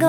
有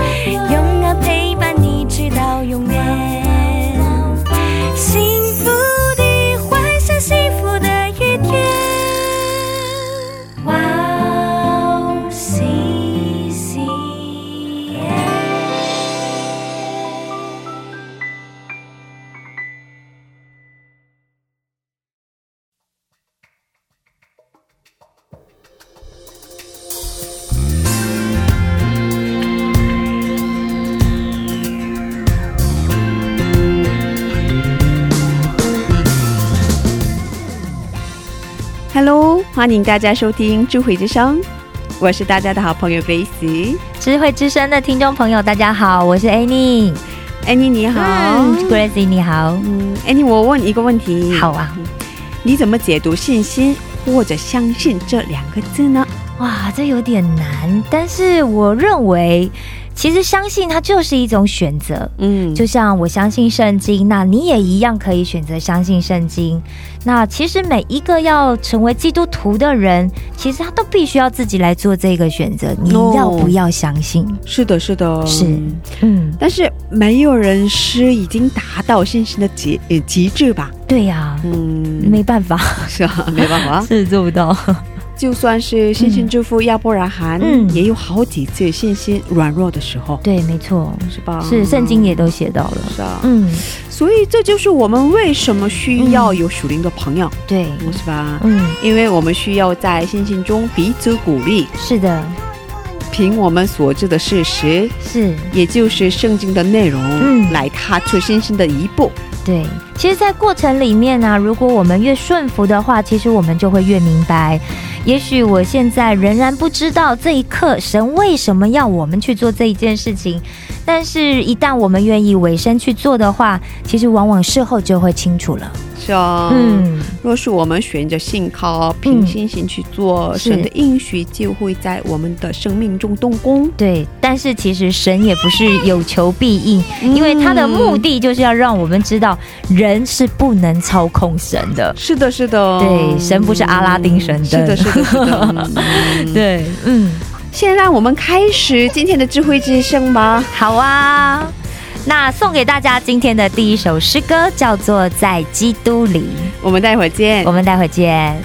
永远陪伴你直到永远。幸福的幻想，幸福的一天。哇哦，西西耶！ Hello，欢迎大家收听智慧之声，我是大家的好朋友 Grace。智慧之声的听众朋友，大家好，我是 Annie。 Annie 你好， g r a c e 你好，嗯，Annie 我问一个问题，好，啊，你怎么解读信心或者相信这两个字呢？哇，这有点难，但是我认为，其实相信它就是一种选择。嗯就像我相信圣经，那你也一样可以选择相信圣经。那其实每一个要成为基督徒的人，其实他都必须要自己来做这个选择。你哦要不要相信？是的，是的，是嗯，但是没有人是已经达到信心的极呃极致吧？对呀、嗯没办法，，是啊，没办法 是做不到。就算是信心之父亚伯拉罕，嗯也有好几次信心软弱的时候，对，没错，是吧？是圣经也都写到了。是啊，嗯，所以这就是我们为什么需要有属灵的朋友，对，是吧？嗯，因为我们需要在信心中彼此鼓励，是的，凭我们所知的事实，是，也就是圣经的内容，嗯来踏出信心的一步。对。其实，在过程里面呢、啊如果我们越顺服的话，其实我们就会越明白。也许我现在仍然不知道这一刻神为什么要我们去做这一件事情，但是，一旦我们愿意委身去做的话，其实往往事后就会清楚了。是啊，，嗯，若是我们选择信靠，凭信心去做，是神的应许就会在我们的生命中动工。对。但是，其实神也不是有求必应，因为他的目的就是要让我们知道，人是不能操控神的。是的，是的，对神不是阿拉丁神灯是的，是的，是的。 嗯对，嗯。先让我们开始今天的智慧之声吧。好啊，那送给大家今天的第一首诗歌叫做《在基督里我们待会儿》，见我。们待会见。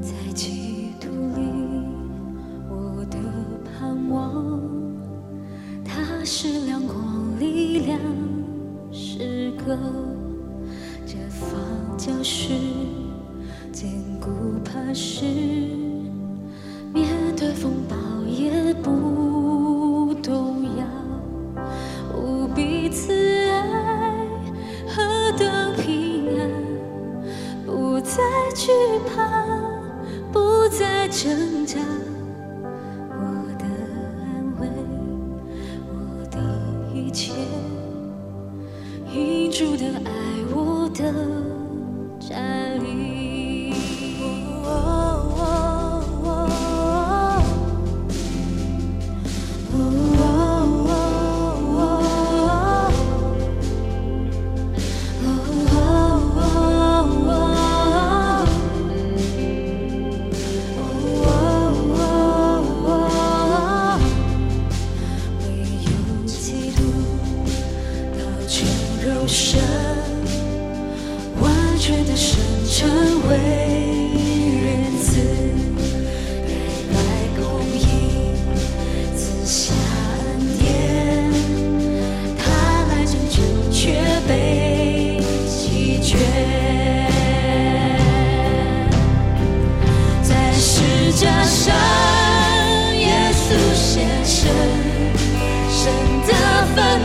在基督里，我的盼望，它是亮光力量，是歌，这方教是坚固磐石，面对风暴也不动摇，无比慈爱，何等平安。不再惧怕，不再挣扎。我的安慰，我的一切，因主的爱，我的站立。哦哦唯有基督道成肉身，完全的神成为人子，白白公义，赐下恩典，他来拯救却被弃绝。在十字架上，耶稣献身，神的愤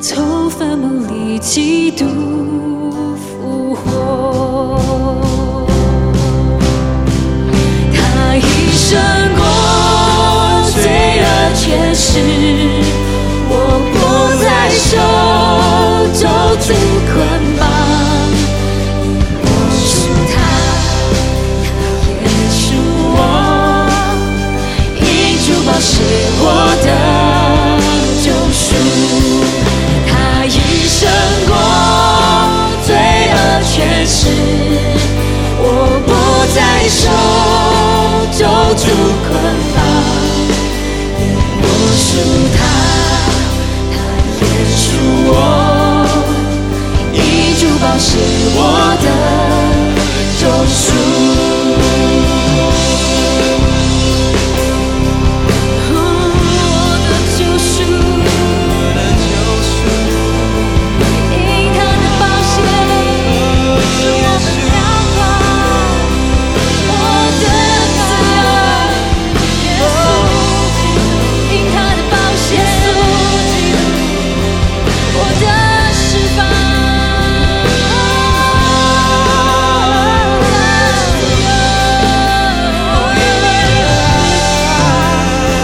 从坟墓里基督复活。他已胜过罪恶权势，我不再受咒诅捆绑。我属他，他也属我。以珠宝是我的救赎，他已胜过罪恶权势，我不再受咒诅捆绑，我属他，他也属我，以珠宝是我的救赎。我的救赎，我的救赎，因他的宝血，我的疗法，我的爱，耶稣，因他的宝血，我的释放。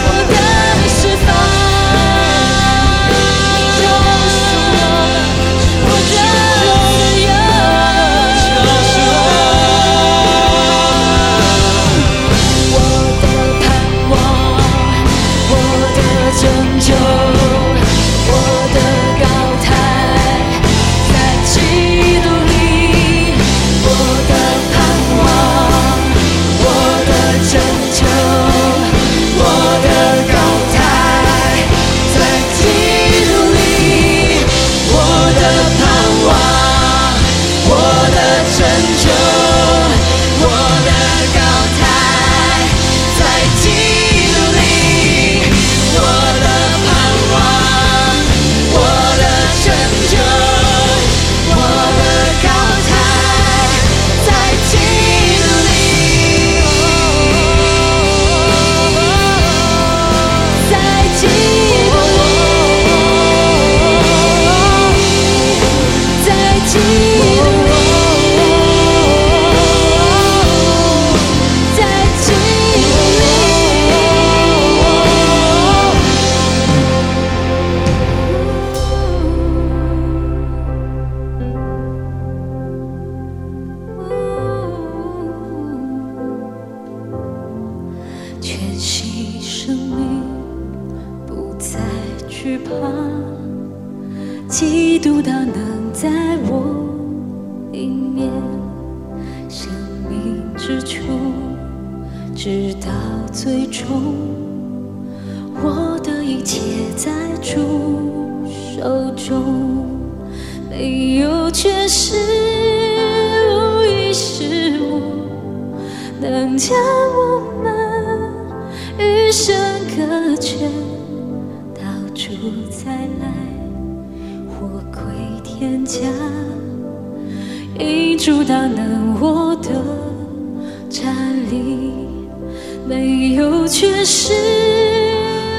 我的释放，你就是我，我的自由。我的盼望，我的拯救，我的高台，在基督里。我的盼望，我的拯救，我的高台，在基督里。我的盼望，我的拯救，我的高台，在基督里。我的盼望，我的拯救，我的高台，在基督里。在基督里，在基督里，在基督里，全新生命。不再惧怕，基督大能在我里面，生命之处，直到最终，我的一切在主手中，没有缺失，无一失误。能将我们与生隔绝，到处再来，或归天家，因主大能我的站立，没有缺失，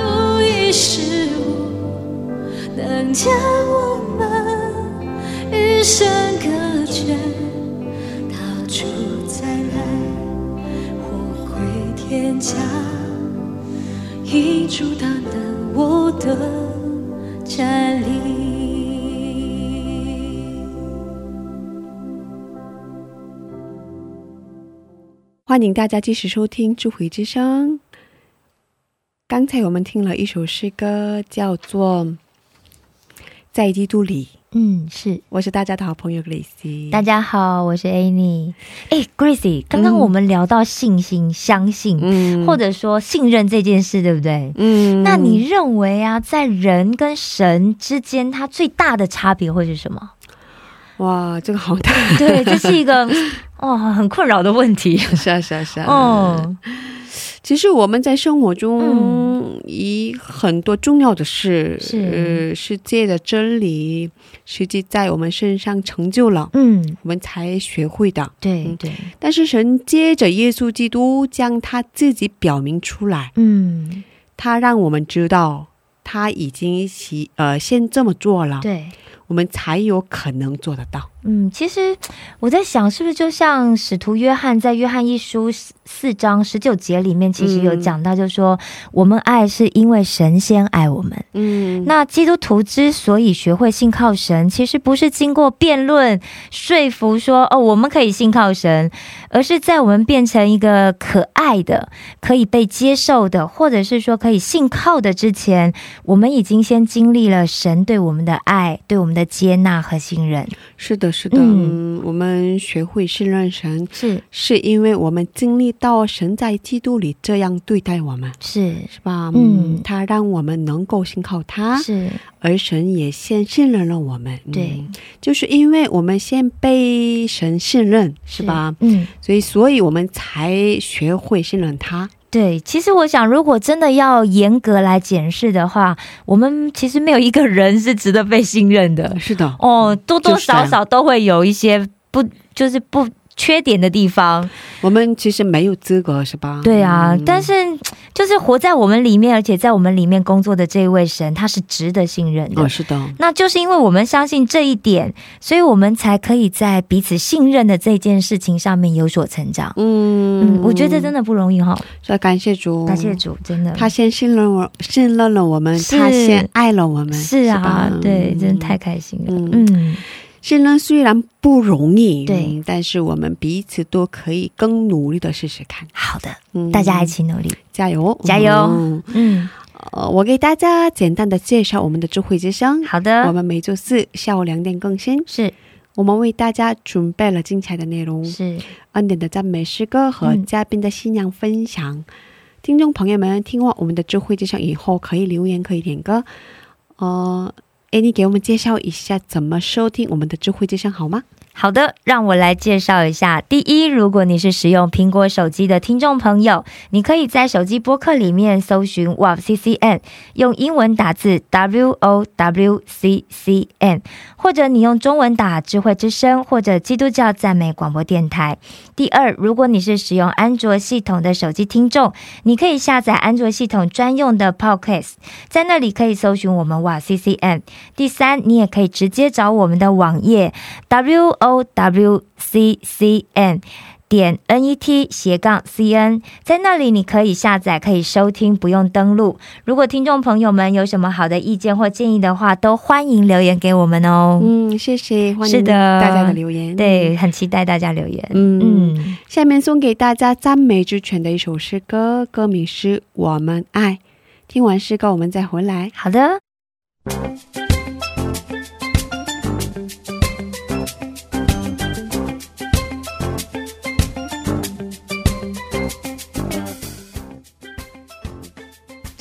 无一失误，能将我们与生隔绝。到处再来，我回天家，一主大能我的站立。欢迎大家继续收听《智慧之声》。刚才我们听了一首诗歌，叫做《在基督里》。嗯，是。我是大家的好朋友 Grace。大家好，我是 Annie。哎，Gracie，刚刚嗯我们聊到信心、相信，嗯或者说信任这件事，对不对？嗯那你认为啊，在人跟神之间，它最大的差别会是什么？哇，这个好大， 对，这是一个 哦很困扰的问题。是啊是啊是啊。哦，其实我们在生活中，以很多重要的事，嗯是呃，世界的真理，实际在我们身上成就了，嗯，我们才学会的。对嗯对，但是神接着耶稣基督将他自己表明出来，嗯他让我们知道。他已经习呃先这么做了，对，我们才有可能做得到。嗯，其实我在想，是不是就像使徒约翰在《约翰一书》四四章十九节里面，其实有嗯讲到，就是说、我们爱是因为神先爱我们。嗯那基督徒之所以学会信靠神，其实不是经过辩论说服说哦我们可以信靠神，而是在我们变成一个可爱的、可以被接受的，或者是说可以信靠的之前，我们已经先经历了神对我们的爱、对我们的接纳和信任。是的，是的，嗯嗯，我们学会信任神，是是因为我们经历到神在基督里这样对待我们，是是吧？嗯嗯，他让我们能够信靠他，是，而神也先信任了我们。嗯对，就是因为我们先被神信任，是吧？？嗯。所以，所以我们才学会信任他。对，其实我想，如果真的要严格来检视的话，我们其实没有一个人是值得被信任的。是的，哦，多多就是这样少少都会有一些不就是不缺点的地方，我们其实没有资格，是吧？对啊。嗯但是就是活在我们里面，而且在我们里面工作的这一位神，他是值得信任的。哦，是的，那就是因为我们相信这一点，所以我们才可以在彼此信任的这件事情上面有所成长。嗯嗯，我觉得这真的不容易哈、所以感谢主，感谢主，真的。他先信任我，信任了我们，是他先爱了我们，是啊吧，对，嗯真的太开心了。嗯嗯，信任虽然不容易，对嗯但是我们彼此都可以更努力的试试看，好的，嗯大家一起努力。加油，加油嗯嗯，呃，我给大家简单的介绍我们的智慧之声，嗯好我的，们每周四下午两点更新，是我们为大家准备了精彩的内容，是，恩典的赞美诗歌和嗯嘉宾的信仰分享。听众朋友们，听完我们的智慧之声以后，可以留言，可以点歌。呃，哎，你给我们介绍一下怎么收听我们的智慧之声好吗？好的，让我来介绍一下。第一，如果你是使用苹果手机的听众朋友，你可以在手机播客里面搜寻 WOWCCN，用英文打字 W O W C C N，或者你用中文打“智慧之声”或者“基督教赞美广播电台”。第二，如果你是使用安卓系统的手机听众，你可以下载安卓系统专用的 Podcast，在那里可以搜寻我们 WOWCCN。第三，你也可以直接找我们的网页 w o w c c n 点 n e t 斜杠 c n，在那里你可以下载，可以收听，不用登录。如果听众朋友们有什么好的意见或建议的话，都欢迎留言给我们哦。嗯，谢谢，欢是迎的大家的留言。，对，很期待大家留言。嗯，嗯，下面送给大家赞美之泉的一首诗歌，歌名是《我们爱》。听完诗歌，我们再回来。好的，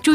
祝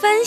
分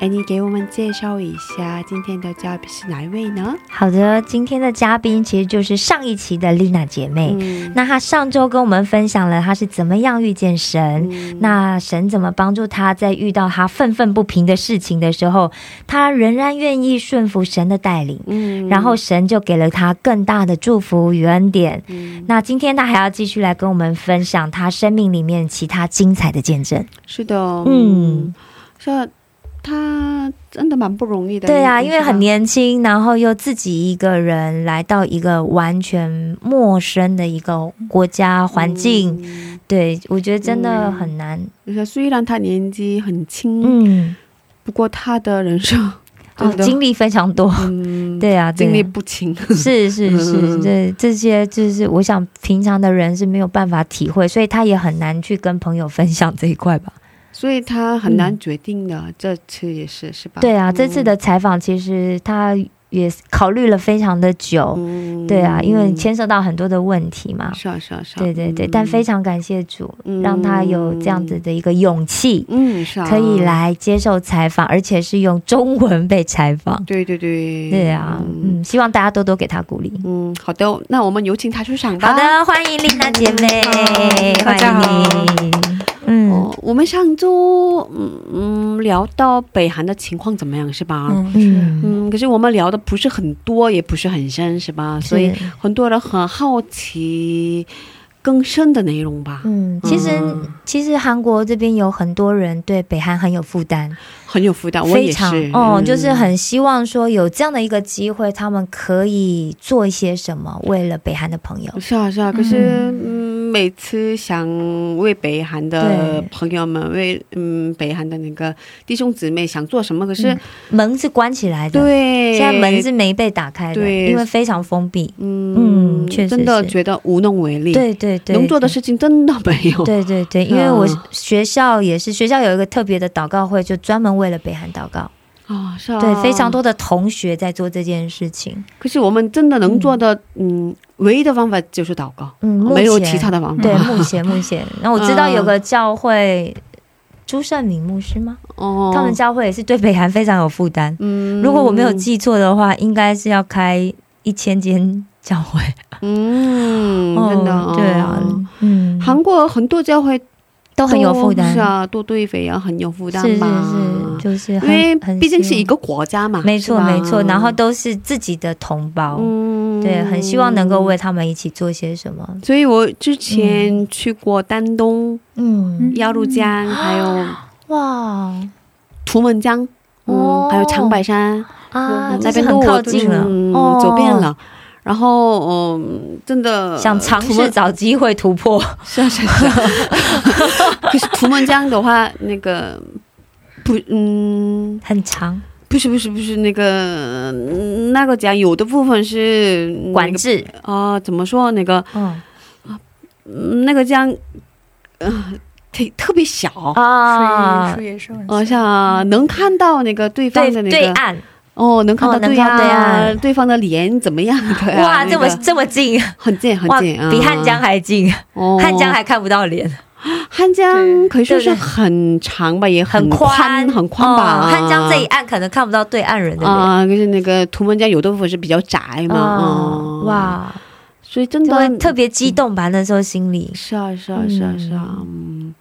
Annie 给我们介绍一下今天的嘉宾是哪一位呢？好的，今天的嘉宾其实就是上一期的丽娜姐妹。嗯，那她上周跟我们分享了她是怎么样遇见神，嗯那神怎么帮助她在遇到她愤愤不平的事情的时候，她仍然愿意顺服神的带领。嗯然后神就给了她更大的祝福与恩典。嗯那今天她还要继续来跟我们分享她生命里面其他精彩的见证。是的，嗯嗯，说他真的蛮不容易的，对啊，你因知道为很年轻，然后又自己一个人来到一个完全陌生的一个国家环境，嗯对我觉得真的很难。你说虽然他年纪很轻，嗯，不过他的 人生哦，真的经历非常多。嗯，对啊，对 经历不轻，是是是，嗯这这些就是我想平常的人是没有办法体会，所以他也很难去跟朋友分享这一块吧。所以他很难决定的。这次也是是吧？嗯对啊，嗯这次的采访其实他也考虑了非常的久，嗯对啊，因为牵涉到很多的问题嘛。是啊是啊是啊，对对对，但非常感谢主，让他有这样子的一个勇气，嗯是啊，可以，来接受采访，而且是用中文被采访。对对对，对啊，嗯，希望大家多多给他鼓励。嗯，好的，那我们有请他出场吧。好的，欢迎丽娜姐妹，好大欢家迎你。嗯哦，我们上周嗯嗯聊到北韩的情况怎么样是吧？嗯嗯，嗯，可是我们聊的不是很多，也不是很深，是吧？所以是很多人很好奇更深的内容吧，嗯，其实嗯其实韩国这边有很多人对北韩很有负担，很有负担。啊我非也常是，哦，嗯就是很希望说有这样的一个机会，他们可以做一些什么，为了北韩的朋友。是啊是啊。可是嗯，每次想为北韩的对朋友们，为嗯北韩的那个弟兄姊妹想做什么，可是、嗯门是关起来的，对，现在门是没被打开的，对因为非常封闭。嗯嗯确实真的是觉得无能为力，对对对，能做的事情真的没有。对。对对对，因为我嗯学校也是，学校有一个特别的祷告会，就专门为了北韩祷告。啊、是啊，对，非常。多的同学在做这件事情。可是我们真的能做的，嗯，唯一的方法就是祷告，嗯，目没有前其他的方法。对，目前目 前，那我知道嗯有个教会，朱胜敏牧师吗？哦，他们教会也是对北韩非常有负担。嗯，如果我没有记错的话，应该是要开一千间教会。嗯，真的、哦对啊，嗯，韩国很多教会都都很有负担是，啊，都对北洋很有负担是是吧？是，就是因为很毕竟是一，个国家嘛，很没错是吧没错，然后都是自己的同胞，嗯，对，很希望能够为他们一起做些什么。所以我之前去过丹东、嗯，鸭绿江，还有哇图们江，嗯，哦还有长白山，嗯啊，那这是边很都靠我近了，嗯，哦走遍了。然后，嗯，真的想尝图们试 找机会突破。是啊是啊是啊。可是图们江的话，那个不，嗯，很长，不是不是不是那个嗯那个江，有的部分是嗯管那个制，啊、怎么说那个嗯嗯那个江，呃，特特别小。啊，也是很好像能看到那个对方对的那对个岸，哦，能看哦到能对看到呀、对岸对方的脸怎么 样？对啊、哇，那这么个这么近，很近很哇，近啊，比汉江还近，哦汉江还看不到脸，汉江可以说是对对很长吧，也很宽很宽吧。哦汉江这一岸可能看不到对岸人的脸。啊，就是那个图们江有的部分是比较窄嘛，啊嗯，，哇，所以真就的会特别激动吧？那时候心里，是啊是啊是啊是啊，嗯，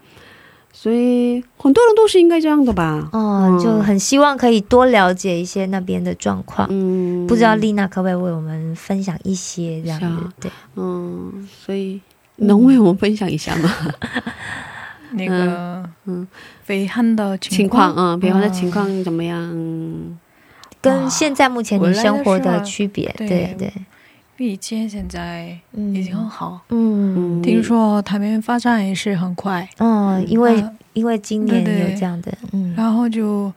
所以很多人都是应该这样的吧，哦，嗯就很希望可以多了解一些那边的状况。嗯，不知道丽娜可不可以为我们分享一些这样是子啊？对，嗯，所以能为我们分享一下 吗？那个嗯嗯，北汉的情情况况啊，比方说嗯情况怎么样？嗯跟现在目前我你来的生活时的候区别，对对对，毕竟现在嗯已经很好，嗯嗯，听说他们发展也是很快，嗯，因为啊因为今年对对有这样的，嗯，然后就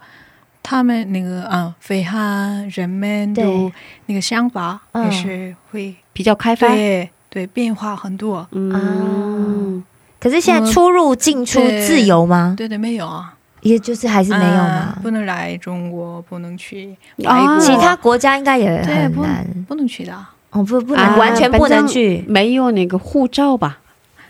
他们那个啊，北汉人们都对那个想法嗯也是会比较开放，对对变化很多，嗯，可是现在出入进出对自由吗？对对，没有啊，也就是还是没有啊嘛。不能来中国，不能去啊外国，其他国家应该也对很不难，不能去的，哦不不啊能完全不能去没有那个护照吧？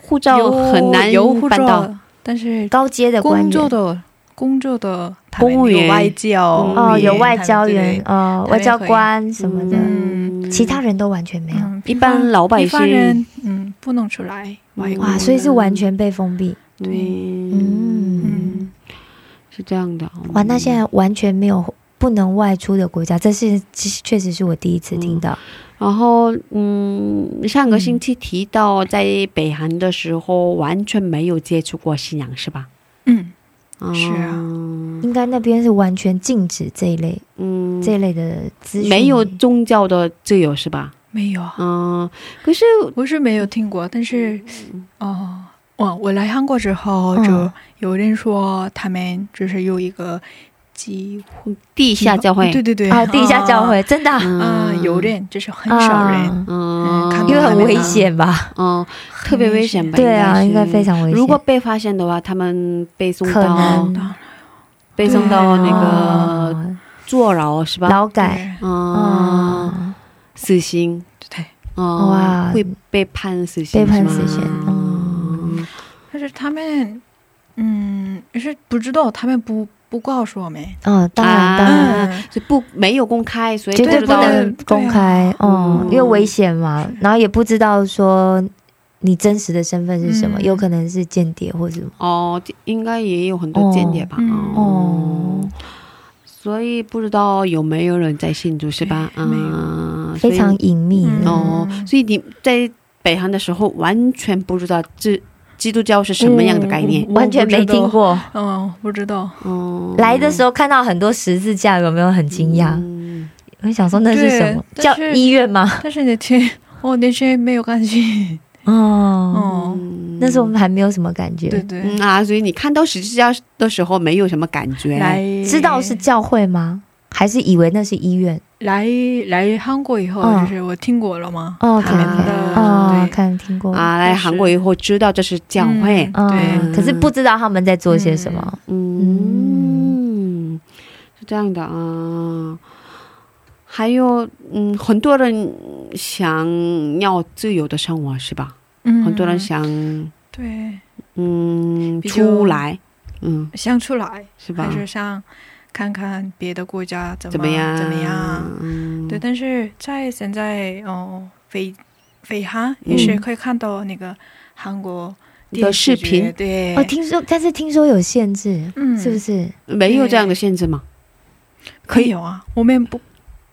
护照有很难有护办到。照，但是高阶的官工作员的工作的他们公务员有外交嗯哦，有外交他们员对，哦，外交官什么的，嗯，其他人都完全没有、嗯一般老百姓一般人嗯不能出来外国哇，人，所以是完全被封闭。对，嗯嗯，是这样的。哇，那现在完全没有不能外出的国家，这是其实确实是我第一次听到。然后，嗯，上个星期提到在北韩的时候，完全没有接触过信仰，是吧？嗯是啊嗯应该那边是完全禁止这一类、嗯，这一类的资讯，哦没有宗教的自由是吧？没有啊，嗯，可是我是没有听过，但是哦。我我来韩国之后，嗯就有人说他们就是有一个机地下教会对，对对啊，地下教会、真的啊、嗯啊，有人就是很少人，啊嗯嗯看因为到很他们危啊险吧？嗯，特别危险吧？对啊，是应该非。常危险。如果被发现的话，他们被送可嗯到能啊被送到那个哦坐牢是吧？劳改对嗯，啊，死刑，对，嗯，哇会被判死刑，被判是吗死刑。嗯，嗯但是他们嗯是不知道，他们不不告诉我们，哦，当然啊当然。嗯，所以不没有公开，所以绝对不知不道能公开，对啊哦，嗯因为危险嘛，然后也不知道说你真实的身份是什么，嗯有可能是间谍或者什么。哦，应该也有很多间谍吧？嗯哦，所以不知道有没有人在庆祝是吧？没有嗯，所以非常隐秘嗯的哦，所以你在北韩的时候完全不知道这基督教是什么样的概念。完全没听过。嗯，不知道，嗯哦，来的时候看到很多十字架，有没有很惊讶？嗯我想说那是什么？对叫但是医院吗？但是那天我那天没有感觉，哦，哦，那时候我们还没有什么感对觉。对嗯，啊，所以你看到十字架的时候没有什么感觉，来知道是教会吗？还是以为那是医院？来来韩国以后，嗯就是我听过了吗？哦，他可们能看的哦，对看听过。啊，嗯来就是韩国以后知道这是教会，嗯嗯，对可是不知道他们在做些什么。嗯，是这样的啊。还有，嗯，很多人想要自由的生活是吧？嗯，很多人想，对嗯，比较出来，嗯，想出来，是吧还？是想看看别的国家怎么怎么样？怎么样？嗯，对，但是在现在哦，北北韩也是可以看到那个韩国的视频电视剧对，哦，听说，但是听说有限制，嗯是不是？没有这样的限制吗？可以有啊，我们不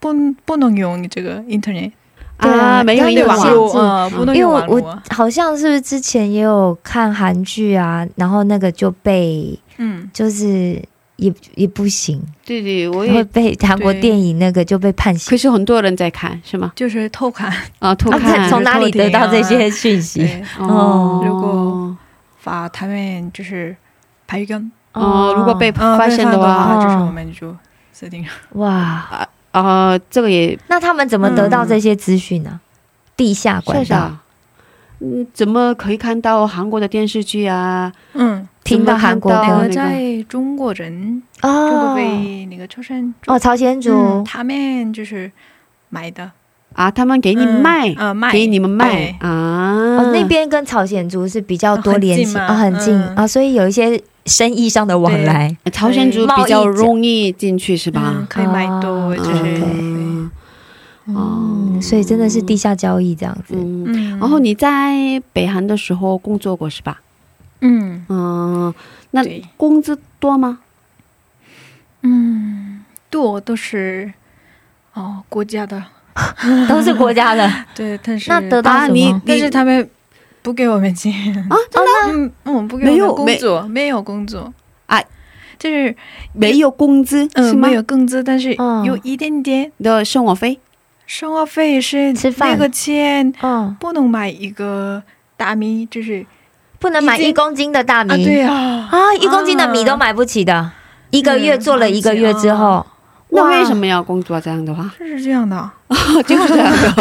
不不能用这个 internet，对啊啊，没有但一是有个网限络，制啊，不能因为用我网我络，好像是不是之前也有看韩剧啊，然后那个就被嗯，就是也也不行，对对，我会也。被韩国电影那个就被判可刑。哦是很多人在看，是吗？就是偷看，啊，偷他看们从哪里得啊到这些讯息？对，哦。如果把他们就是排根，哦，如果被嗯发现的的话，就是哦我们就死定了。哇，啊，这个也那他们怎么得到这些资讯嗯呢？地下管算道，啥？嗯，怎么可以看到韩国的电视剧啊？嗯，听到韩国怎那么歌看个在中国人，中国哦被那个朝鲜族哦，朝鲜嗯族他们就是买的，啊，他们给给你卖，呃，卖给你们卖对啊、哦，那边跟朝鲜族是比较多嗯哦很近联系嘛啊，很近嗯啊，所以有一些生意上的往对来。哎朝鲜族比较容易进去是嗯吧？可以买多，啊就嗯是对嗯嗯，所以真的是地下交易这样子。嗯。嗯，然后你在北韩的时候工作过是吧？嗯嗯，那对工资多吗？嗯，多都是哦国家的，都是国家的。对，但嗯 是那得到啊什么？你但是他们不给我们钱 啊，真的，嗯嗯，不给没我有们工作，没有工作啊，就是没有工资、是嗯吗没？有工资，但是嗯有一点点的生活费生活费是吃饭那个钱嗯，不能买一个大米，就是不能买已经一公斤的大米啊，对啊，啊一公斤的米都买不起的。一个月做了一个月之后，那哇为什么要工作这样的话？是这样的，就是这样的。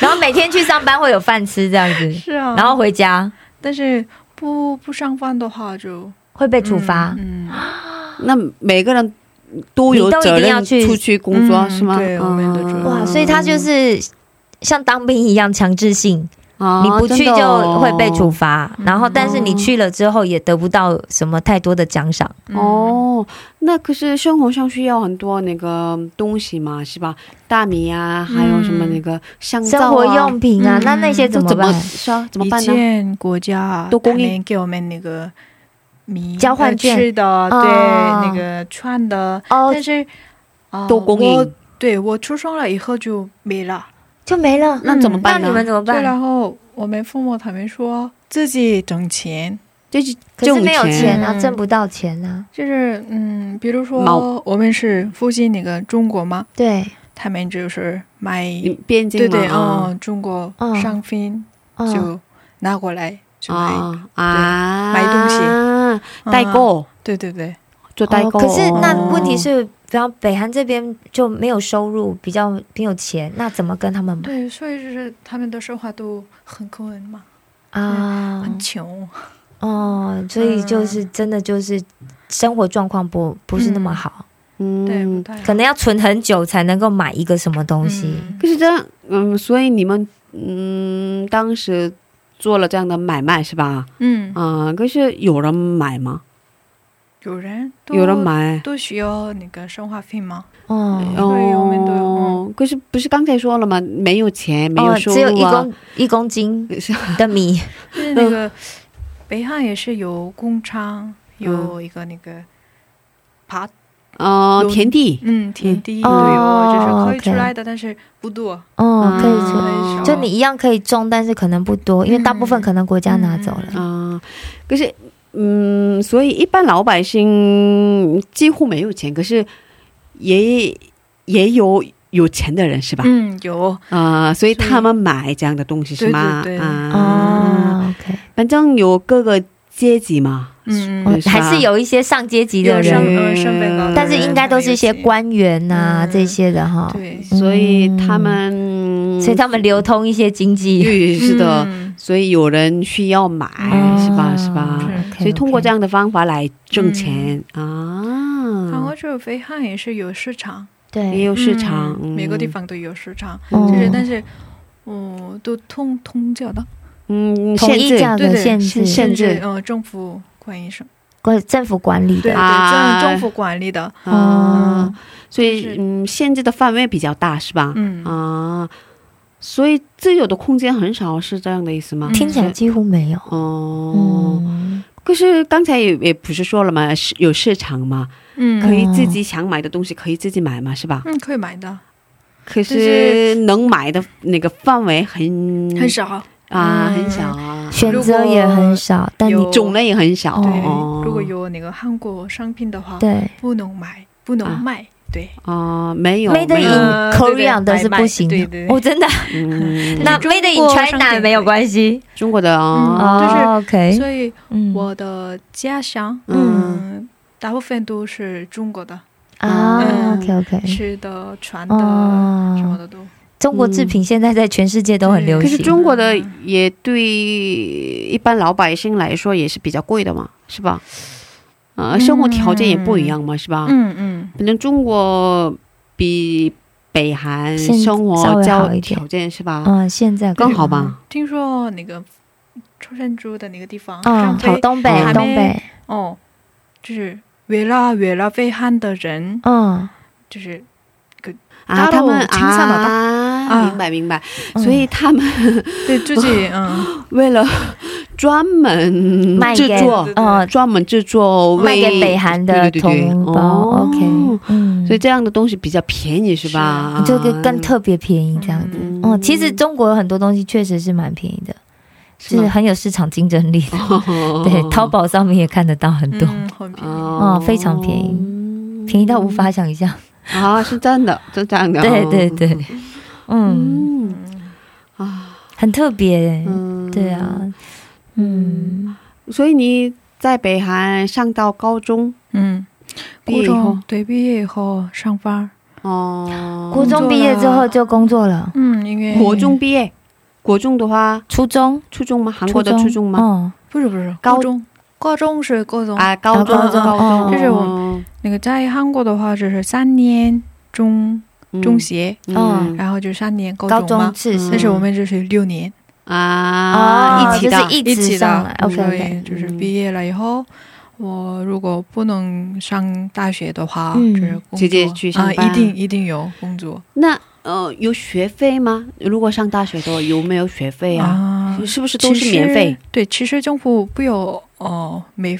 然后每天去上班会有饭吃这样子，是啊，然后回家但是不不上班的话就会被处罚。嗯，嗯那每个人都有你都一定责要任去出去工作、嗯是吗？对我们的主嗯要哇，所以他就是像当兵一样强制性，哦你不去真的就哦会被处罚，嗯然后但是你去了之后也得不到什么太多的奖赏。嗯哦，那可是生活上需要很多那个东西嘛，是吧？大米啊，还有什么那个香皂、啊、生活用品嗯啊，嗯那那些这怎么怎办么？说怎么一办呢？件国家都供应他们给我们那个米交换券呃吃的，对、哦那个穿的，哦但，是、呃、都供我应，对我出生了以后就没了，就没了。那怎么办那呢你们怎么对，办？然后我们父母他们说自己挣钱，就是可是没有挣钱啊，嗯挣不到钱啊。就是嗯，比如毛说我们是附近那个中国嘛，对，他们就是买你边对境嘛，哦对啊嗯，中国嗯商品嗯，就拿过来就买，啊啊，买东西嗯代购对对对，做代哦购。可是那哦问题是，比方北韩这边就没有收入，比较没有钱，那怎么跟他们买对，所以就是他们的生活都很困难嘛，啊？很穷。哦，所以就是真的就是生活状况不不是那么好，嗯，对，不太好可能要存很久才能够买一个什么东西。嗯可是这样，嗯，所以你们嗯当时做了这样的买卖是吧？嗯，啊，可是有人买吗？有人都有人买。都需要那个生活费吗？哦所以我们都有嗯哦，可是不是刚才说了吗？没有钱，没有哦，收只有一入啊公。一公 斤是的米，就是那个北汉也是有工厂，嗯有一个那个爬呃，田地嗯田地都有，哦就是可以 OK 出来的，但是不多。哦，可以存。嗯就你一样可以种，但是可能不多，因为大部分可能国家拿走了。啊，可是嗯，所以一般老百姓几乎没有钱，可是也也有有钱的人是吧？嗯，有啊、所以所以他们买这样的东西是吗？对对对啊，哦，OK，反正有各个阶级嘛，嗯哦嗯是吧还是有一些上阶级的有上人，身呃身份高的人，嗯但是应该都是一些官啊员呐、嗯这些的哈，对，所以他们，所以他们流通一些经济，哦对是的、嗯所以有人需要买，嗯哎是吧？是吧？是所以通过这样，样的方法来挣钱、嗯然啊后，这肥汉也是有市场，也对，有市场，嗯每个地嗯方都有市场，哦就是但是，嗯，都通通教的，嗯，统一限价制格限对制，限制嗯嗯，政府管医生，管政府管理对的，哦啊对，政政府管理的，啊，哦就所以是嗯，限制的范围比较大，是吧？嗯，啊，所以自由的空间很少，是这样的意思吗？嗯听起来几乎没有。哦、嗯，可是刚才也也不是说了嘛，是有市场嘛，嗯可以自己想买的东西可以自己买嘛，是吧？嗯，可以买的，可就是能买的那个范围很很少，啊，嗯很小啊，选择也很少，但你有种类也很小哦对哦。，如果有那个韩国商品的话，对不能买，不能卖，对，啊、没有 Made 没 in 有呃对对 Korea 的是不行买卖的对对，对哦，真的啊。嗯， 那中国 Made in 商店 China 可以没有关系中国的啊、嗯就是哦，OK，所以嗯我的家乡，嗯嗯，大部分都是中国的，啊嗯，OK OK，哎吃的、穿的哦什么的都。中国制品现在在全世界都很流可是行，中国的嗯也对一般老百姓来说也是比较贵的嘛，是吧？呃，生活条件也不一样嘛，是吧？嗯嗯，反正中国比北韩现生稍活微好交一点条件是吧？嗯，现在更好吧？听说那个嗯朝鲜族的那个地方，嗯，上好，非东北嗯，东北，哦，就是为了为了被汉的人，嗯，就是啊， 따로 他们 칭찬하다 啊，啊明白明白。嗯所以他们对自己，嗯，为了专门卖制给作，嗯，专门制作卖为给北韩的对对对同胞哦，OK，嗯，所以这样啊的东西比较便宜是吧？就更更特别便宜这样子。嗯哦，其实中国有很多东西确实是蛮便宜的，是是吗很有市场竞争力的。 对，淘宝上面也看得到很多，嗯，很便宜，哦哦非常便宜宜便宜到无法想象。哦啊，是真的，是这样的、对对，对，嗯，嗯很特别、嗯，对啊，嗯，所以你在北韩上到高中嗯，毕高业以后中，对，毕业以后上班，哦，国中毕业之后就工作了，嗯，因为国中毕业，国中的话，初中，初中吗？韩国的初中吗？哦，不是不是高高中，高中是高中，啊，高中，啊高中高中，哦这是我我那个在韩国的话就是三年中中学，嗯嗯然后就三年高高中嘛中，是嗯但是我们就是六年，啊，一起就是的，一一直起上的来。OK 对 OK，，就是嗯毕业了以后，我如果不能上大学的话，嗯就是工作直接去上啊，班一定一定有工作那呃有学费吗？如果上大学的话有没有学费啊？啊是不是都是免费？其实？对，其实政府不有哦，没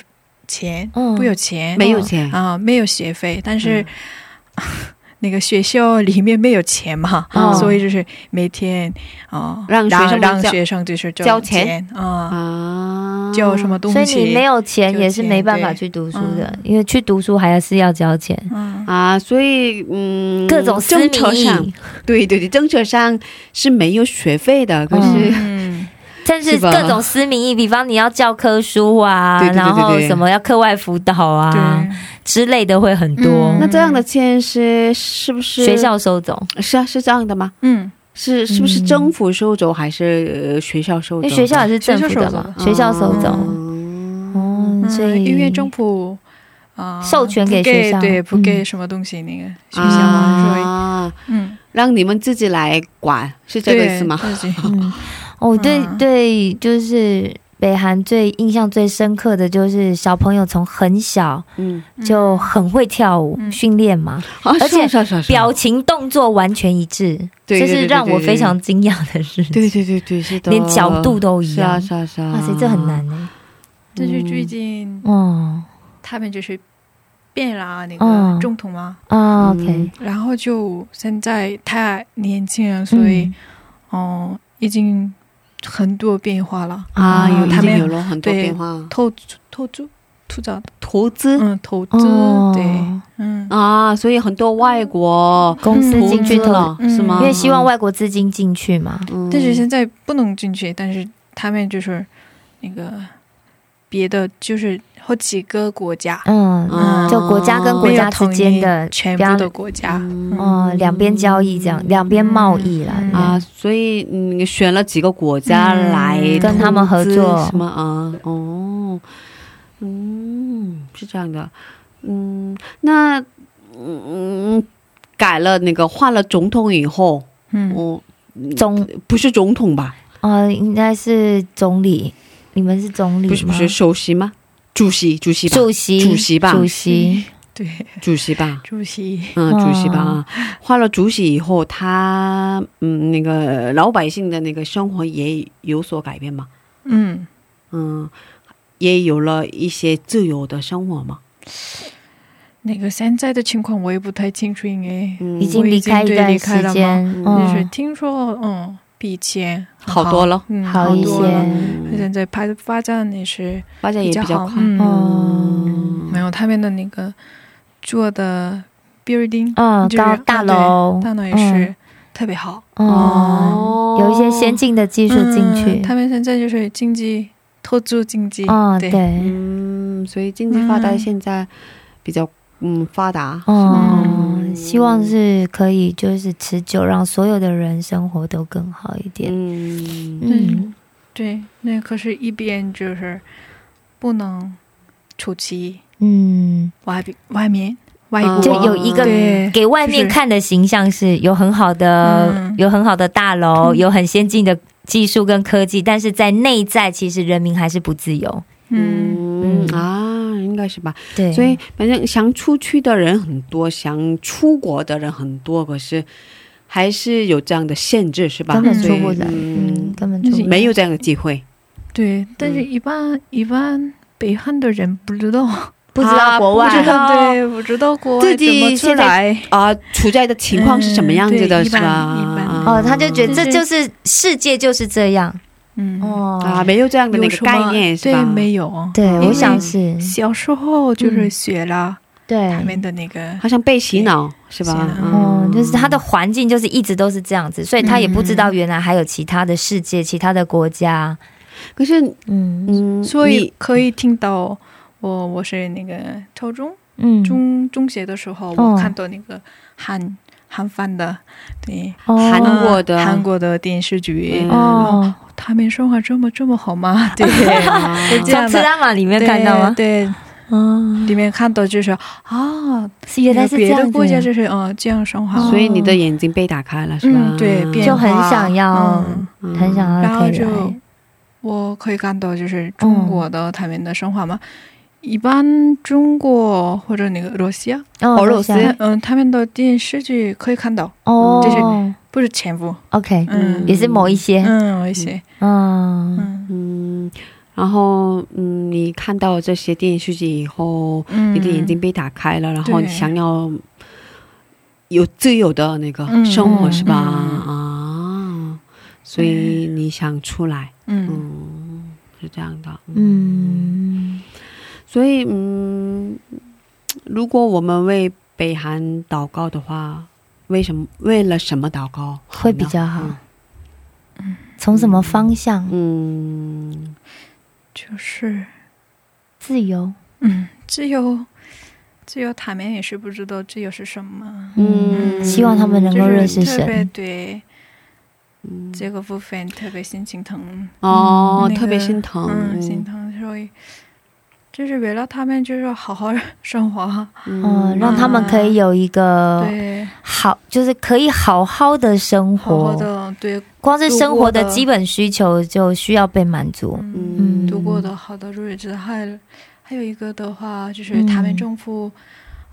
钱，嗯不有钱，没有钱啊，没有学费，但是、嗯 那个学校里面没有钱嘛，哦所以就是每天啊、让学生们让交学生就是交交钱钱啊，啊？交什么嗯东所西，以你没有钱有也是没钱办法对去读书嗯的，因为去读书还是要交钱，嗯啊？所以嗯，各种私政策密上议，对对对，政策上是没有学费的，可是、嗯但是是吧各种私民意，比方你要教科书啊，对对对对然后对什么要课外辅导 啊对。之类的会很多嗯，那这样的钱是是不是学校收走，是啊是这样的吗？嗯，是是不是政府收走还是、呃、学校收因为哎走？学校也是政府的嘛，学学校校收收走嗯走，哦，所嗯以因为嗯政府啊、授权给不给学校对，不嗯给什么东西那个学校嘛，所以啊，嗯，让你们自己来管，是这个意对思吗？自 己嗯，哦，对嗯对，就是北韩最印象最深刻的就是小朋友从很小嗯，就很会跳舞，嗯训练嘛，啊，而且是啊是啊是啊表情动作完全一致，对这对是对让对我对非常惊讶的事情，对对对对是的，连角度都一是样啊，是啊是啊，哇塞，这很难欸呢。这是最近嗯哦他们就是变了啊那嗯个总统嘛，啊，OK，然后就现在太年轻嗯了，所以哦、已经很多变化了。啊，有嗯他已经们有了很多对变化，投投资、投资，投资、嗯，投资，哦，对，嗯，啊，所以很多外国公司嗯投进去资投，了、嗯是吗？因为希望外国资金进去嘛。嗯，但是现在不能进去，但是他们就是那个别的，就是好几个国家，嗯，嗯就国家跟国没有家之统一间的全比部方的国家，哦，两边交易这样，两边贸易啦。呃嗯对啊，所以你选了几个国家嗯来、跟他们合作什么啊？哦，嗯，是这样的，嗯，那嗯改了那个换了总统以后，嗯，哦，总不是总统吧？呃，应该是总理，你们是总理吗不是不是首席吗？主席，主席吧，主席，主席吧主席， 对，主席吧。主席，嗯，哦主席吧啊，换了主席以后，他嗯，那个老百姓的那个生活也有所改变嘛，嗯，嗯，也有了一些自由的生活嘛。那个现在的情况我也不太清楚，因为嗯已经离开一段时间，我就是嗯，听说，嗯，比以前好多了，嗯，好一多了。些。现在拍发展也是发展也比较比较好，快。嗯嗯，没有他们的那个做的 building 嗯，就是高大楼对，大楼也是特别好，哦嗯，有一些先进的技技术进去，嗯他们现在就是经济投资经济，嗯，对，对，嗯，所以经济发达嗯现在比较嗯发达。嗯，嗯希望是可以就是持久，让所有的人生活都更好一点。嗯，嗯，对，那可是一边就是不能出去嗯，外边外面外啊国，就有一个对给外面看的形象是有很好的、嗯有很好的大嗯楼，有很先进的技术跟科技，但是在内在其实人民还是不自由。嗯嗯嗯啊，应该是吧。对，嗯所以反正想出去的人很多，想出国的人很多，可是还是有这样的限制，是吧？根本所出以不来，嗯，嗯，根本出不来。没有这样的机会。对，但嗯是一般一般北汉的人不知道。不知道啊国外不知道对，我知道国外自己怎么出现在来，啊，处在的情况是什么样子的，嗯对是吧？啊一般一般哦，他就觉得这就是就是世界就是这样嗯，哦啊，没有这样的那有个什么概念，是对吧？，没有。啊对，嗯我想是小时候就是学了对他。们的那个，好像被洗脑是吧洗脑？嗯，就是他的环境就是一直都是这样子，所以他也不知道原来还有其他的世界、其他的国家。可是，嗯嗯，所以你可以听到我我是那个初中嗯，中中学的时候，哦我看到那个韩韩翻的，对，韩哦国的啊韩国的电视剧嗯，哦， 他们说话这么这么好吗？对，啊就这从《样次的。拉玛》里面看到吗？对，对哦，里面看到就是啊，原来是这别的样国家子，就是嗯这样说话，哦 所以你的眼睛被打开了是吧？嗯对变就很想要，嗯嗯很想然要可后以哎就来。我可以看到就是中国的他们的生活嗯嘛。一般中国或者那个罗西亚，哦俄罗斯我想嗯，他们的电视剧可以看到，哦，就是不是全部， OK，嗯也是某一些，嗯，有一些，嗯嗯嗯，然后嗯，你看到这些电视剧以后，嗯，你的眼睛被打开了，然后对你想要有自由的那个嗯生活、是吧？嗯啊，所以你想出来，嗯，嗯，是这样的，嗯，嗯所以嗯，如果我们为北韩祷告的话，为什么为了什么祷告会比呢较好。从什么方向？嗯，就是自由。嗯，只有只有他们也是不知道自由是什么，嗯希望他们能就够是认识特别神。对这个部分特别心情疼，哦，那个特别心疼，嗯，心疼，所以就是为了他们，就是好好 生活，哦嗯，让他们可以有一个对，好，就是可以好好的生好活。好的，对，嗯光是生活的度过的基本需求就需要被满足。嗯，嗯度过的好的日子，还还有一个的话，就是他们嗯政府，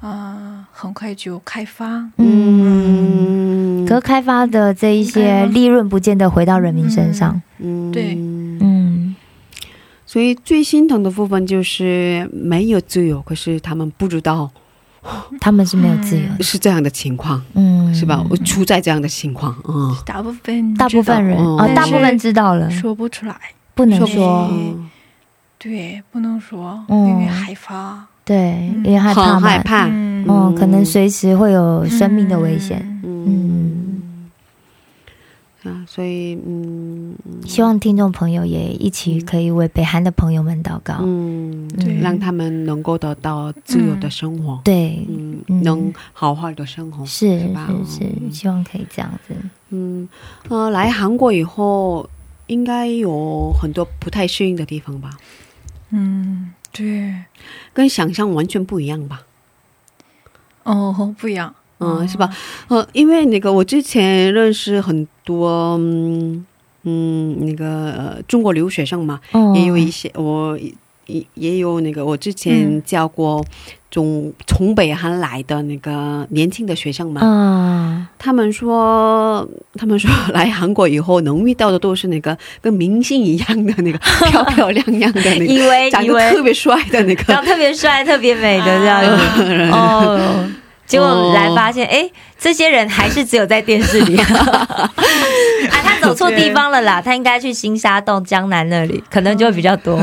啊，很快就开放，嗯，嗯哎可开发的这一些嗯利润不见得回到人民身上。嗯对嗯所以最心疼的部分就是没有自由，可是他们不知道他们是没有自由的。是这样的情况，嗯，哎是吧？我处在这样的情况，嗯，大部分大部分人嗯啊，但大部分知道了，说不出来，不能说不说出。嗯对，不能说，嗯因为害怕，对，嗯因为害怕很嘛害，怕，嗯哦，可能随时会有生命的危险。，嗯啊，所以嗯希望听众朋友也一起可以为北韩的朋友们祷告。嗯，对让他们能够得到自由的生活，对，嗯，嗯能好好的生活，是是是吧是，希望可以这样子。嗯，呃，来韩国以后应该有很多不太适应的地方吧，嗯，对，跟想象完全不一样吧。哦，不一样，嗯，是吧？呃，因为那个我之前认识很多，嗯嗯，那个、呃、中国留学生嘛，哦也有一些我也也有那个我之嗯前教过从从北韩来的那个年轻的学生嘛，啊，他们说他们说 来韩国以后能遇到的都是那个跟明星一样的那个 漂 漂亮亮的那个。以为长以得特为别帅的那然后个，特别帅、特别美的这样子 哦。结果来发现，哎，这些人还是只有在电视里哦 啊！他走错地方了啦，他应该去新沙洞、江南那里，可能就会比较 多。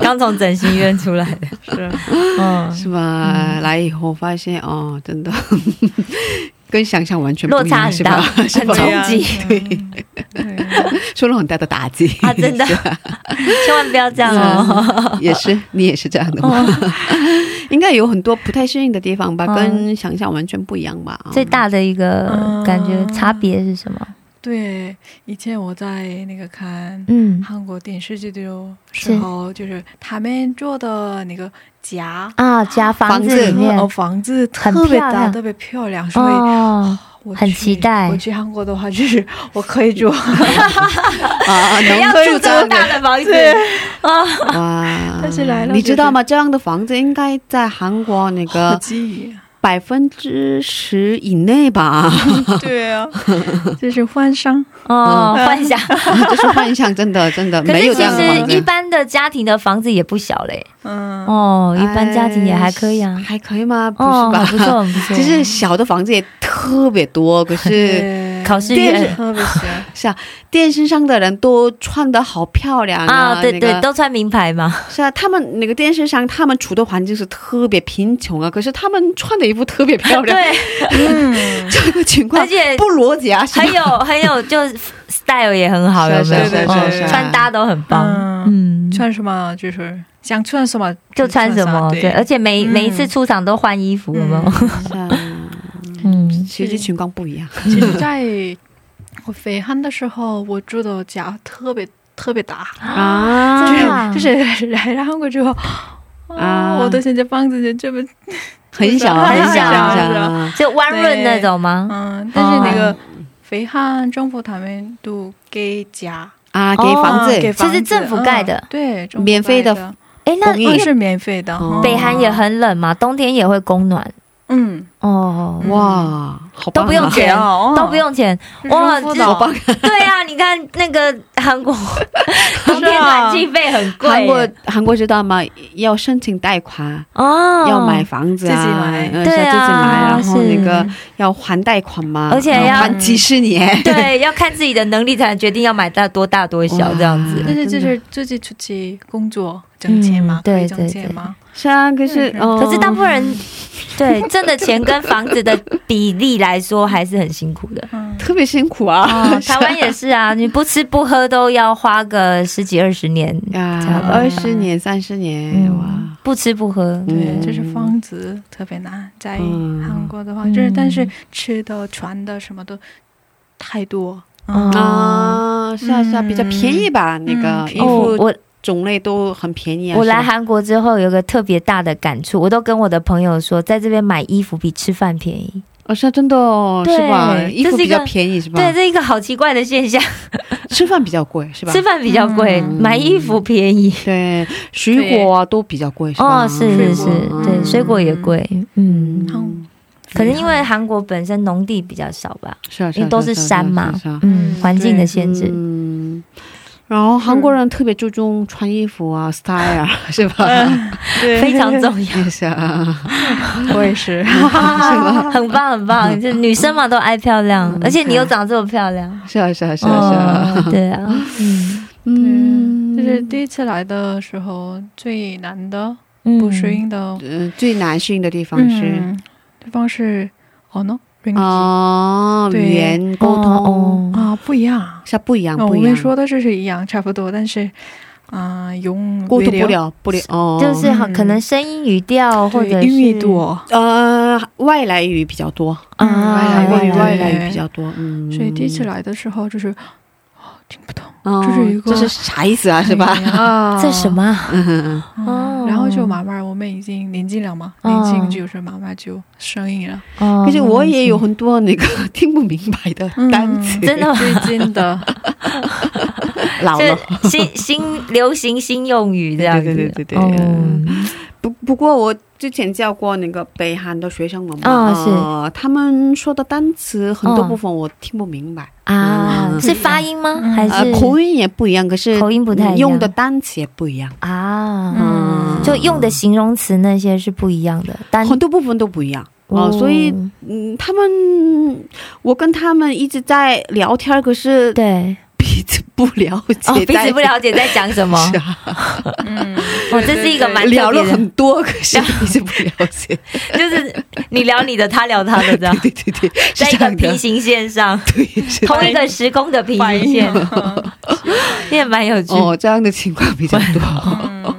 刚从整形医院出来的，是，嗯，是吧？来以后发现哦，真的 跟想象完全不落一差样，很是大，吧？很是吧？冲击对呀，嗯对，受了很大的打击啊！真的，千万不要这样哦。 也啊是你也是这样的吗？ 应该有很多不太适应的地方吧，嗯跟想象完全不一样 吧？最大的一个嗯感觉差别是什么？对，以前我在那个看嗯韩国电视剧的是时候，就是他们做的那个家，啊，家房子里面哦，房子很特别漂亮大，特别漂亮，所以。哦，我很去期待我去韩国的话，就是我可以 住，啊，不要能住这么大的房子 哇！但是来了你就是知道吗？这样的房子应该在韩国那好哦个记忆。百分之十以内吧？ 对啊，这是幻想。哦，幻想。这是幻象，真的真的可 没有是这其样的房实一子。般的家庭的房子也不小嘞，嗯，哦，一般家庭也还可以哎啊，还可以吗？不哦，是吧？很不错，很不错。 就是小的房子也特别多，可是对，考试电 院特别香。是啊，电视上的人都穿的好漂亮啊，对那对，个都穿名牌 嘛，是啊，他们那个电视上，他们处的环境是特别贫穷啊，可是他们穿的衣服特别漂亮，对，嗯，这个情况而且不逻辑啊，是吧 很有很有，就是 style 也很好，有是没啊有？是啊嗯是啊是啊穿搭都很棒，嗯嗯，穿什么就是想穿什么就穿什么，对，而且每嗯每一次出场都换衣服，有没有？ 是啊，嗯，实际情况不一样，其实在我肥汉的时候，我住的家特别特别大，啊真的啊哦就是就是来了韩国之后，哦啊我的现在房子这么很小很很小很小小很小，就温润那种吗？嗯，但是那个肥汉政府他们都给家，啊，给房啊给子，房子哦这是政府盖的嗯对，政府免费的盖的，哎，那同嗯意因为是免费的。哦北韩也很冷嘛，冬天也会供暖 嗯，哦，哇，好都棒啊不用给钱哦，都不用钱哦哇，舒服这的好棒， 对啊，你看那个韩 国冬天暖气费很贵，啊韩国韩国知道吗？要申请贷款，哦要买。房子啊，自己买嗯对啊要自己买，然后是那个要还贷款嘛，而且要然后还几十 年，对，要看自己的能力才能决定要买大多大多小这样子哇。但是就是自己出去工作挣钱嘛嗯，对可以挣对钱对嘛，是啊，可是嗯哦，可是大部分人 对挣的钱跟房子的比例来说，还是很辛苦的。嗯，特别辛苦啊 哦，台湾也是啊，你不吃不喝都要花个十几二十年，差啊不，多二十年、三十年，嗯哇，，不吃不喝，对，就是嗯房子特别难，在嗯韩国的话，就是但是嗯吃的、穿的什么都太多，嗯哦啊，是啊是啊，比较便宜吧，那个嗯衣哦，服我种类都很便宜啊。我是吧来韩国之后有个特别大的感触，我都跟我的朋友说，在这边买衣服比吃饭便宜。哦，是啊真的哦，对是吧？衣这服是一比个较便宜是吧？对，这一个好奇怪的现象，吃饭比较贵是吧？吃饭比较贵，嗯买衣服便宜。对，水果啊都比较贵是吧？哦，是是是水果，对，嗯水果也贵，嗯，嗯，可能因为韩国本身农地比较少吧，是啊，是啊因为都是山嘛是啊是啊是啊，嗯，嗯环境的限制，嗯，然后韩国人特别注重穿衣服 啊、style 啊，是吧？嗯 对，非常重 要，也是啊， 我也是，很棒很嗯棒，就女生嘛都爱漂亮，而且你又长这么漂亮，是啊，是啊，嗯是啊，是啊，哦，对 啊，嗯嗯，就是第一次来的时候最难的嗯不适应的呃最难适应的地方方是式，对方是哦呢，啊哦，对语言沟通哦啊不一样，是不一样，啊我不一们样，说的就是一样，差不多，但是啊用沟通微不了，不了，哦，就是很嗯可能声音语调或对者英语是多，呃，外来语比较多，啊，哎外来语外来对外来语比较多，嗯，所以第一次来的时候就是哦听不懂。哦，这是一个这是啥意思啊？是吧？ 啊，这什么啊？嗯哦然后就慢慢我们已经临近了嘛，哦临嗯近就是慢慢就生硬了。可可是哦我也有很多那个 听不明白的嗯单词，真的吗？最近 的，老了。这 新新流行新用语这样子，对对对对对哦嗯不不过我之前教过那个北韩的学生们嘛，啊是呃他们说的单词很多嗯部分我听不明白，啊，嗯是发音吗？嗯还呃是，口音也不一样，可是口音不太一样用的单词也不一样，啊？嗯，就用的形容词那些是不一样的，单很多部分都不一样。哦，所以嗯，他们嗯我跟他们一直在聊天，可是对彼此不了解，哦，彼在此不了解在讲什 么，是啊嗯，哦，这是一个蛮聊特了别的，很多，可是彼此不了解。就是你聊你的，他聊 他的，这样对对对，是在一这个样平的，行线上，对是的同一个时空的平反行应线， 也蛮有趣。哦，这样的情况比较 多。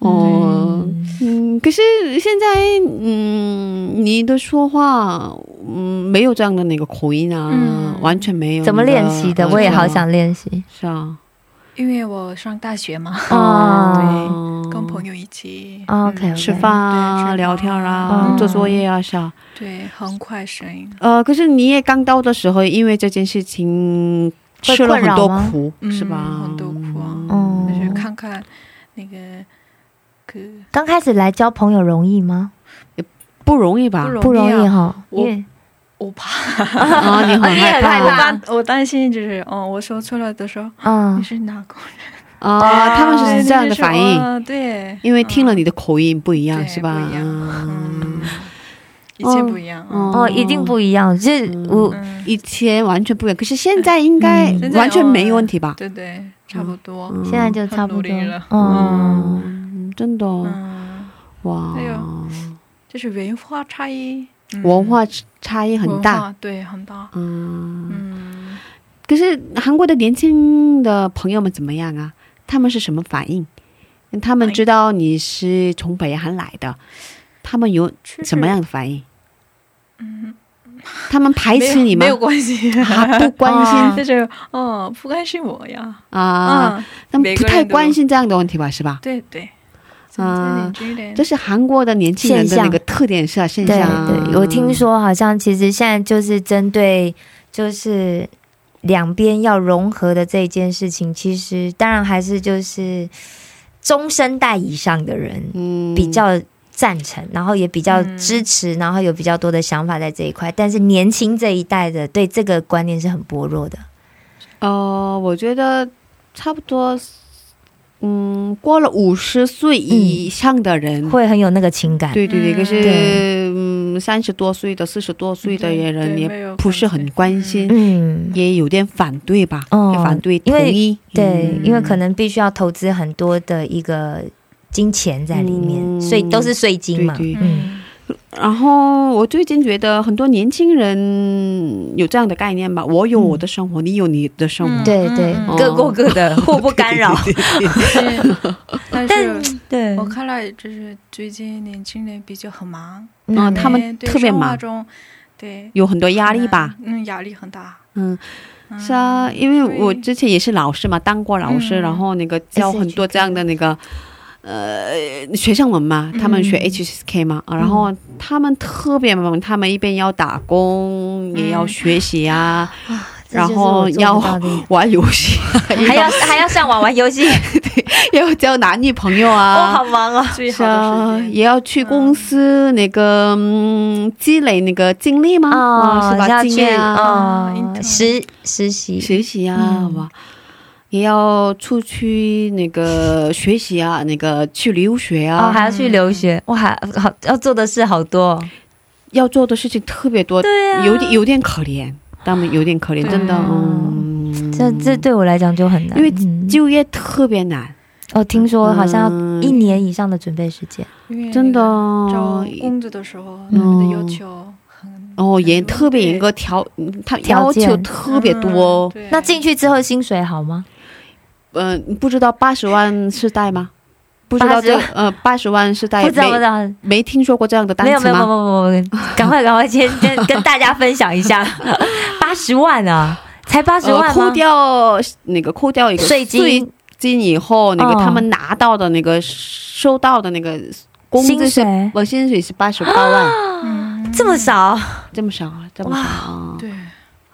哦，嗯，可是现在，嗯，你的说话，嗯，没有这样的那个口音啊，嗯完全没有。怎么练习的？嗯我也好想练习是啊， 因为我上大学嘛，哦。嗯跟朋友一起，哦 OK，吃对饭吃啊，饭聊天啊嗯，做作业啊，是啊。对，很快适应。呃，可是你也刚到的时候，因为这件事情会吃了很困扰多吗苦，嗯是吧？很多苦啊哦就是看看那个，可刚开始来交朋友容易吗？不容易吧？不不容容易易啊。哈，我因为我怕，啊，你很哦你很害害怕怕我我担心就是，哦，我说出来的时候你嗯是哪个人？啊，他们是这样的反对应，就是说哦对，因为听了你的口音不一一样，是吧？不一样，嗯 嗯，一切不一样，嗯哦，一定不一样，就是我嗯，以前完全不一样，可是现在应该嗯现在哦完全没问题吧？对对，差不多，嗯现在就差不很努多力了，嗯，嗯，真的哦嗯，哇哎，呦就是文化差异，嗯文化差异很，文大。化对，很大，嗯，嗯，可是韩国的年轻的朋友们怎么样啊？他们是什么反应？他们知道你是从北韩来的，他们有什么样的反应？他们排没有斥你吗嗯没？有关 系，他不关心 啊就是哦，不关心我呀，啊，嗯，他们每不个太人都关心这样的问题吧，是吧？对对，啊、之类这的。是韩国的年轻人的那现个特点是啊，现对象啊。对，我听说好像其实现在就是针对就是两边要融合的这一件事情，其实当然还是就是中生代以上的人嗯比较赞成，然后也比较嗯支持，然后有比较多的想法在这一块，但是年轻这一代的对这个观念是很薄弱的。呃，我觉得差不多，嗯，过了五十岁以上的人，会很有那个情感，嗯对对对，嗯可是对嗯，三十多岁的、四十多岁的对人对也没有不是很关心，嗯，也有点反对吧，哦也嗯反对因同为意，对，嗯因为可能必须要投资很多的一个金钱在里面，嗯所以都是税金嘛，对对嗯，然后我最近觉得很多年轻人有这样的概念吧，我有我的生活，你有你的生活，嗯对对，嗯嗯各过各 的，互不干扰，对。对对对 但但是对我看来，就是最近年轻人比较很忙，嗯他们对特别生活忙中，对有很多压力吧？，很难嗯，压力很大。嗯，嗯是啊，因为我嗯对之前也是老师嘛，当过老师，嗯然后那个教很多这样的那个。哎呃，学生们嘛，嗯他们学 HSK 嘛，啊然后他们特别忙，他们一边要打工，也要学习啊，然后要玩游戏，嗯啊还要还要上网玩 游戏，也要交男女朋友我、啊，好忙哦，最是好的啊，时间，也要去公司那个、嗯、积累那个经历嘛，啊是吧？哦要经去验啊，哦嗯实实习，学习啊嗯，哇、也要出去那个学习啊，那个去留学哦，啊，还要去留学，哇，好要做的事好多，要做的事情特别多，对啊，有点有点可怜，他们有点可怜，对真的，啊嗯，这这对我来讲就很难，因为嗯就业特别难，哦，听说好像要嗯一年以上的准备时间，因为真的嗯那个招工作的时候，他们的要求很哦，严很多特别对严格条，嗯他条要件求特别多哦嗯，对那进去之后薪水好吗？嗯、你不知道八十万是贷吗？不知道这80呃八十万是贷不知道，不知没道，没听说过这样的单没有词没有没有吗？没有，没有赶快赶快先跟跟大家分享一下，八十万啊，才八十呃，万扣吗？掉那个扣掉一个税金税金以后，那个哦他们拿到的那个收到的那个工资薪是，水我薪水是八十八万，嗯这么少， 这么少啊，这么少啊，对，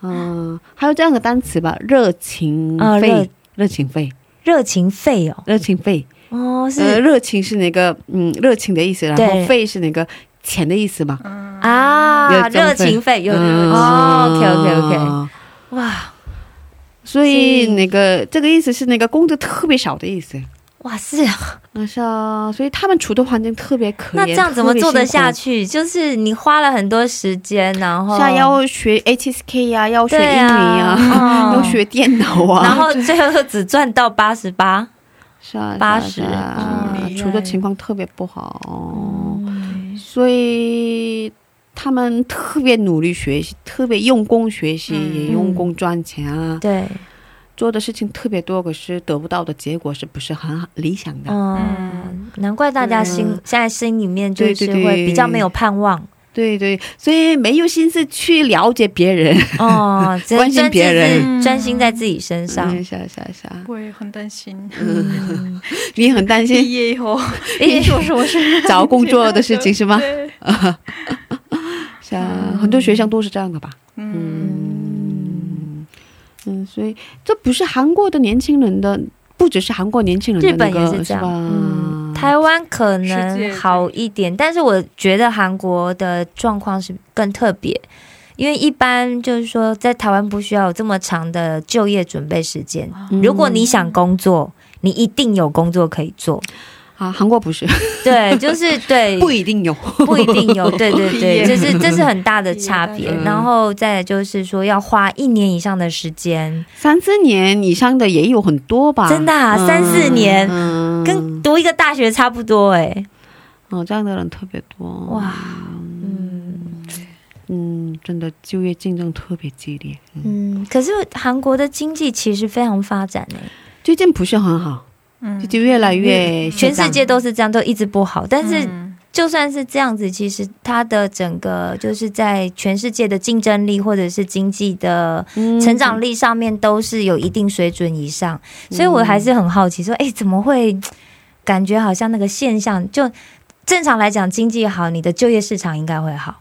嗯，还有这样的单词吧，热情啊热费，热情费，热情费哦，热情费，哦呃，是热情是那个嗯热情的意思，然对后费是那个钱的意思嘛，嗯，啊，热情费热情费有嗯哦，OK OK OK，哇所所以以那个这个意思是那个工作特别少的意思。哇是啊，那是啊，所以他们处的环境特别可怜，那这样怎么做得下特去？就是你花了很多时间，然别辛苦？后是啊，要学 HSK 呀、要学英对语啊呀、嗯要学电脑啊，然后最后只赚到八十八， 是啊， 80是啊嗯处的情况特别不好，所以他们特别努力学习，特别用功学习，嗯也用功赚钱啊，对，做的事情特别多，可是得不到的结果是不是很理想的？嗯，难怪大家心现在心里面就是对对对会比较没有盼望对对，所以没有心思去了解别人。 哦，只能关心专别人注自专心在自己身上。 嗯是啊是啊是啊，我也很担心。嗯，你很担心毕业以 后 诶做什么事？找工作的事 情是吗？对，是啊，很多学生都是这样的吧？嗯，嗯，所以这不是韩国的年轻人的，不只是韩国年轻人日的、本那个，也是这样，吧？嗯，台湾可能好一点，但是我觉得韩国的状况是更特别，因为一般就是说在台湾不需要有这么长的就业准备时间，嗯如果你想工作，你一定有工作可以 做，啊，韩国不是对，就是对，不一定有，不一定 有，对对对，毕业这是这是很大的差毕别业。嗯然后再来就是说，要花一年以上的时间，三四年以上的也有很多吧？真的啊嗯三四年嗯跟读一个大学差不多哎。哦这样的人特别多哇，嗯嗯，真的就业竞争特别激烈，嗯，嗯，可是韩国的经济其实非常发展哎，最近不是很好，嗯最近越来越嗯全下世降界都是这样，都一直不好。但是嗯就算是这样子，其实它的整个就是在全世界的竞争力或者是经济的嗯成长力嗯上面都是有一定水准以上，所以我还是很好奇说，哎，怎么会？感觉好像那个现象，就正常来讲，经济好，你的就业市场应该会好。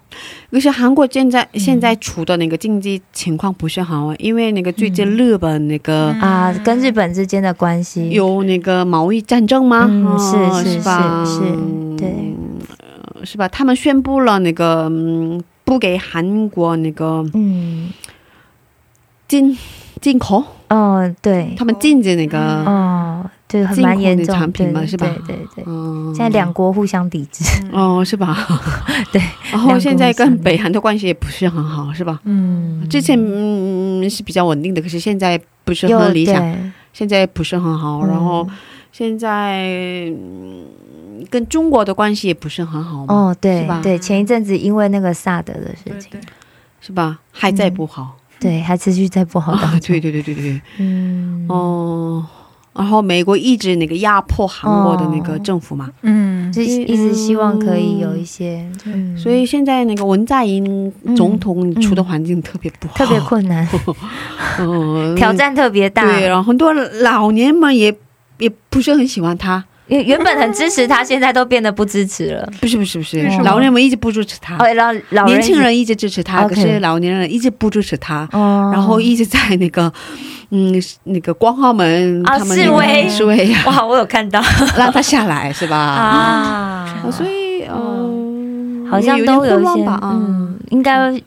可是韩国现在、现在处的那个经济情况不是很好，因为那个最近日本那个、嗯啊、跟日本之间的关系有那个贸易战争吗？嗯哦是是吧？是是对嗯，呃是吧？他们宣布了那个、嗯、不给韩国那个嗯，进进口，哦，对，他们禁止那个。哦，对，很进口蛮严重的产品对嘛是吧对对对。嗯，现在两国互相抵制，哦，是吧？ 对。 然两后个现在互相跟北韩的关系也不是很好，是吧？嗯，之前嗯是比较稳定的，可是现在不是又很理想，对现在不是很嗯好。然后现在、嗯跟中国的关系也不是很好嘛，哦，对是吧对，前一阵子因为那个萨德的事情，是吧？还在不好。对，还持续在不 好啊当，中对，对对对对，嗯，哦、然后美国一直那个压迫韩国的那哦个政府嘛，嗯，就是一直希望可以有一些，嗯，所以现在那个文在寅总统处的环境特别不好，特别困难， 嗯挑战特别大。对，然后很多老年们也也不是很喜欢他，原原本很支持他，现在都变得不支持 了。不是不是不是为什，么老年们一直不支持他，哦，老老啊年轻，人一直支持他， OK 可是老年人一直不支持他，哦，然后一直在那个嗯那个光化门、啊他们那个示威示威呀，哇，我有看到 让他下来是吧？啊啊，所以嗯，好像也都有点一混些乱，吧，嗯。嗯，应该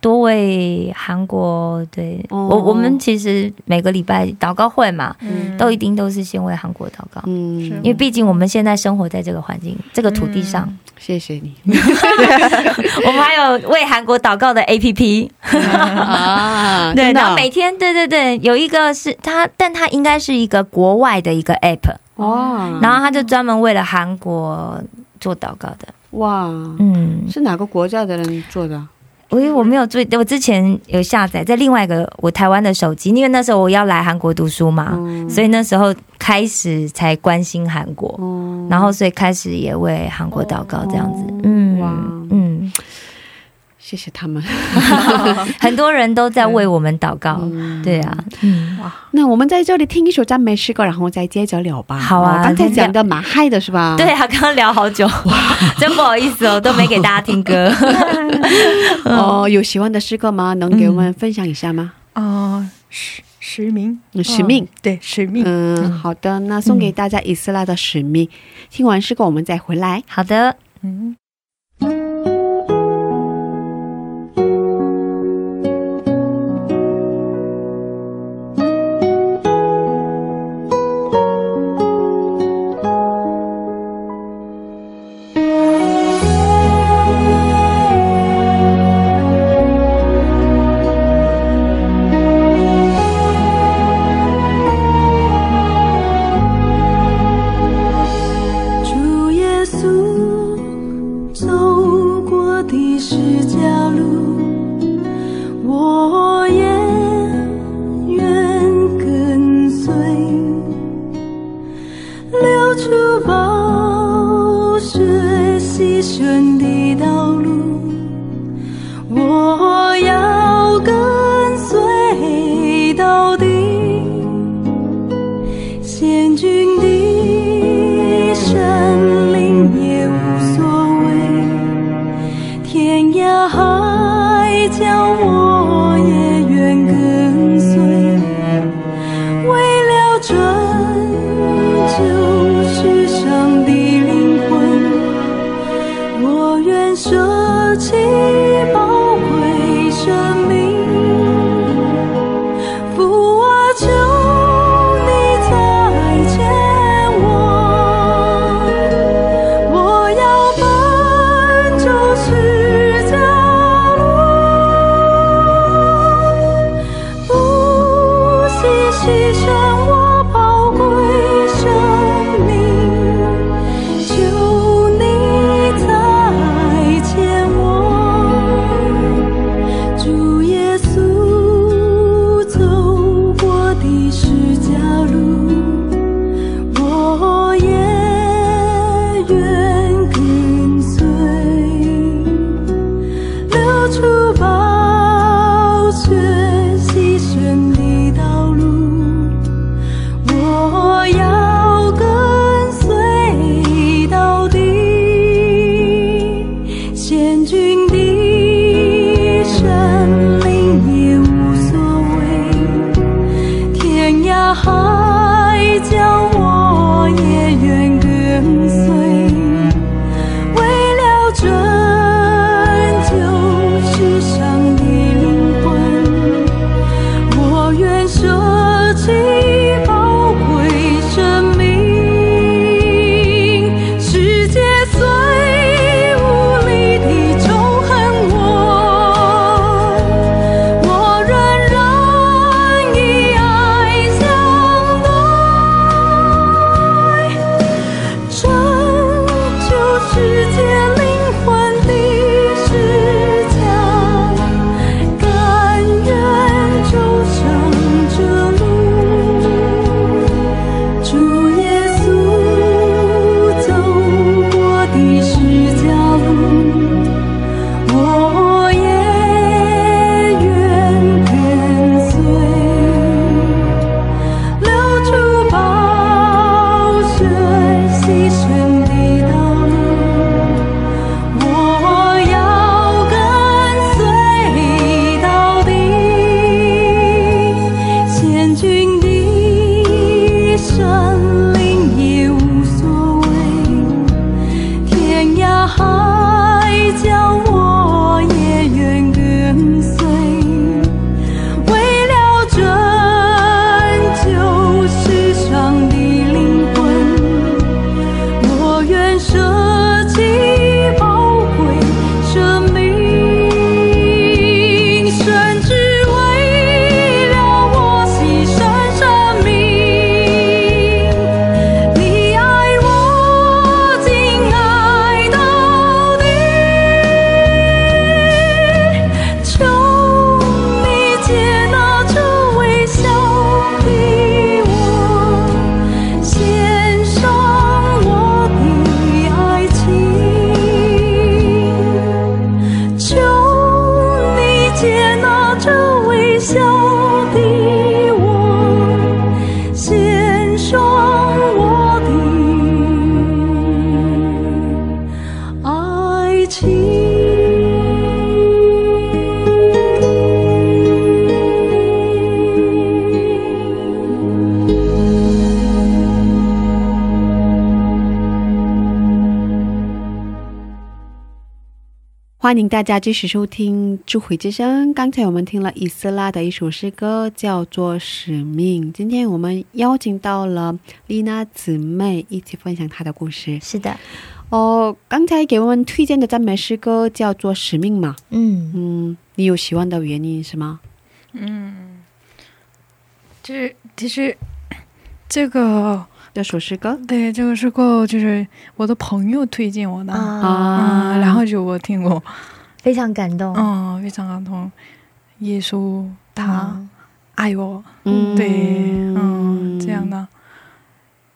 多为韩国对哦我我们其实每个礼拜祷告会嘛，嗯都一定都是先为韩国祷告。是嗯因为毕竟我们现在生活在这个环境、这个土地上， 谢谢你我们还有为韩国祷告的 A P P，啊对，真的然后每天，对对对，有一个是它，但它应该是一个国外的一个 App，、啊哇，嗯然后它就专门为了韩国做祷告的。哇，嗯，啊是哪个国家的人做的？我因为我没有注意，我之前有下载在另外一个我台湾的手机，因为那时候我要来韩国读书嘛，嗯所以那时候开始才关心韩国，嗯然后所以开始也为韩国祷告这样子。哦嗯，哇嗯，谢谢他们。很多人都在为我们祷告。嗯对啊，嗯，那我们在这里听一首赞美诗歌，然后再接着聊吧。好啊哦刚才讲的蛮嗨的是吧？对，啊，刚刚聊好久，真不好意思哦，都没给大家听歌。哦，有喜欢的诗歌吗？能给我嗯们分享一下吗？啊，使使命，嗯使命，哦对，使命。嗯，好的，那送给大家以斯拉的使命。听完诗歌，我们再回来。好的，嗯，主耶稣走过的十字架路，我也愿跟随，流出宝血牺牲的道路，我要跟随到底。先君的神灵也无所谓，天涯海角我也愿跟随。为了拯救世上的灵魂，我愿舍弃宝贵生命。父啊，求你再见我，我要奔走十字路，不惜牺牲我宝贵生命，求你再见我。转就是上帝灵魂，我愿舍弃宝贵生命。世界虽无力地仇恨我，我仍然以爱相待。拯救世界灵魂的视角，甘愿走上这路。主耶稣走过的十字路，我也愿跟随。流出宝血牺牲的道路，我要跟随到底。先君的神灵也无所谓，天涯海角我也愿跟随。为了拯救世上的灵魂，我愿舍弃宝贵生命，甚至为了我牺牲生命。你爱我，竟爱到底。求你接纳这微笑的我，献上我的爱情。求你接纳这微笑的我，献上我的爱情。欢迎大家继续收听《智慧之声》。刚才我们听了以斯拉的一首诗歌，叫做《使命》。今天我们邀请到了丽娜姊妹一起分享她的故事。是的，哦，刚才给我们推荐的赞美诗歌叫做《使命》嘛？嗯，嗯，你有喜欢的原因是吗？嗯，这其实这个这首诗歌对这个是过就是我的朋友推荐我的，啊嗯，然后就我听过，非常感动。嗯，非常感动。耶稣他啊嗯爱我，嗯对，嗯，这样的。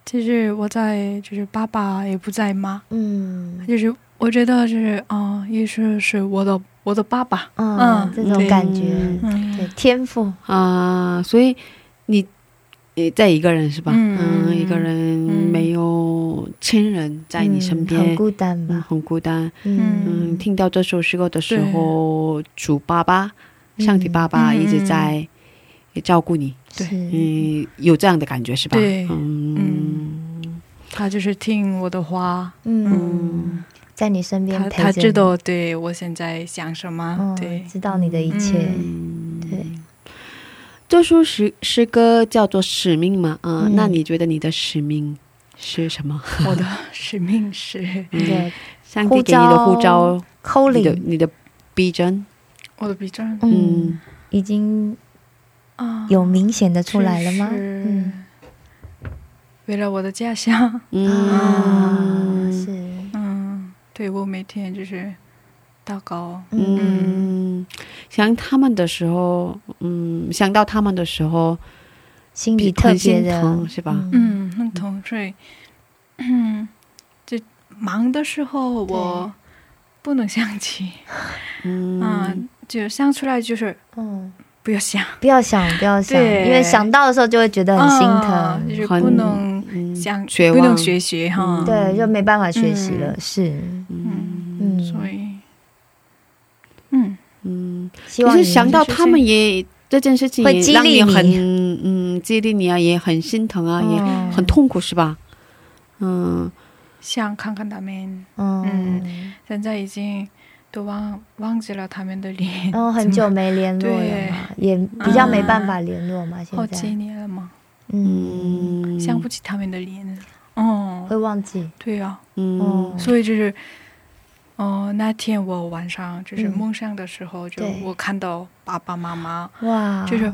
就是我在，就是爸爸也不在妈，嗯就是我觉得就是啊、嗯，耶稣是我的我的爸爸，嗯嗯，这种对感觉，嗯嗯对，天赋，啊、所以你你在一个人是吧？嗯一个人没有亲人在你身边，嗯很孤单嗯吧？很孤单。嗯，嗯，听到这首诗歌的时候，主爸爸、嗯上帝爸爸一直在照顾你，对是，嗯，有这样的感觉是吧？对嗯，他就是听我的话，嗯，在你身边他陪着他你知，道对我现在想什么，嗯对，，知道你的一切，嗯对，这首诗诗歌叫做《使命》嘛，啊、嗯那你觉得你的使命是什么？ 我的使命是对，上帝给你的护呼照召，扣你的领，你的逼真，我的 B 站嗯嗯，已经啊，有明显的出来了吗？就是嗯为了我的家乡，啊，嗯是，嗯，对我每天就是祷告，嗯嗯，想他们的时候，嗯，想到他们的时候，心里比特很别心的疼是吧？嗯嗯，很痛，所以，嗯，就忙的时候我不能想起，嗯嗯，就想出来就是嗯，不要想，不要想，不要想，对因为想到的时候就会觉得很心啊疼，就是很不能嗯想，绝不能望学习哈，嗯对，就没办法学习了。嗯是，嗯嗯，所以，嗯，嗯，希就望是你想到他们也这件事情会也激让励你你很嗯激励你啊，也很心疼啊，也嗯很痛苦是吧？嗯，想看看他们，嗯，现在已经都忘忘记了他们的脸，然后很久没联络了对嘛，也比较没办法联络嘛， 好现几在，年了嘛，嗯，嗯，想不起他们的脸。哦，会忘记，对呀、嗯嗯，所以就是，哦、那天我晚上就是嗯梦上的时候，就对我看到爸爸妈妈，哇，就是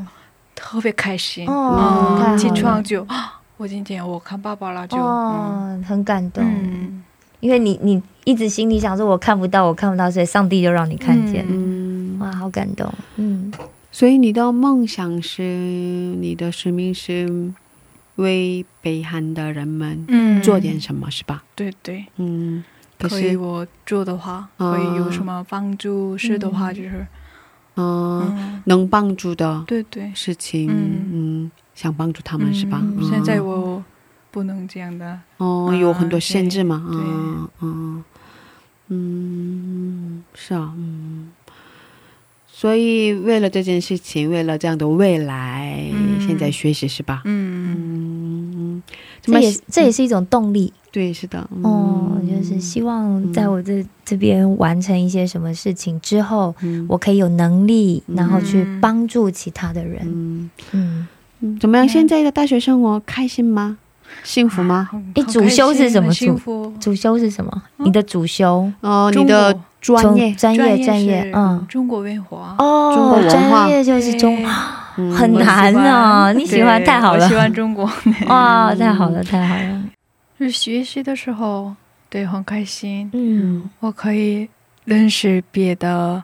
特别开心。哦嗯太好了起床就，啊我今天我看爸爸了就，嗯哦，很感动，嗯，因为你你一直心里想说我看不到，我看不到，所以上帝就让你看见，嗯嗯，哇，好感动，嗯，所以你的梦想是，你的使命是为北韩的人们嗯做点什么，是吧？对对，嗯，可可以是，我做的话，哦可以有什么帮助？是的话就是，嗯，嗯，能帮助的对对，事情，嗯嗯，想帮助他们是吧？嗯嗯现在我不能这样的，哦，嗯有很多限制嘛，对嗯嗯嗯，是啊，嗯，所以为了这件事情，为了这样的未来，嗯现在学习是吧？嗯嗯，这也么这也是一种动力，对，是的，嗯、哦，就是希望在我这这边完成一些什么事情之后，嗯我可以有能力，嗯然后去帮助其他的人。嗯嗯，嗯怎么样？现在的大学生活开心吗？幸福吗？嗯诶好哎主开修是心什么很幸主福主修是什么？你的主修哦，中你的国专业，专专业专业是，嗯，中国文化，哦，中国文化专业就是中，嗯很我喜难欢哦你喜对欢太好了我喜欢中国。 哇，哦太好了，太好了，就是学习的时候，对，很开心，嗯我可以认识别的，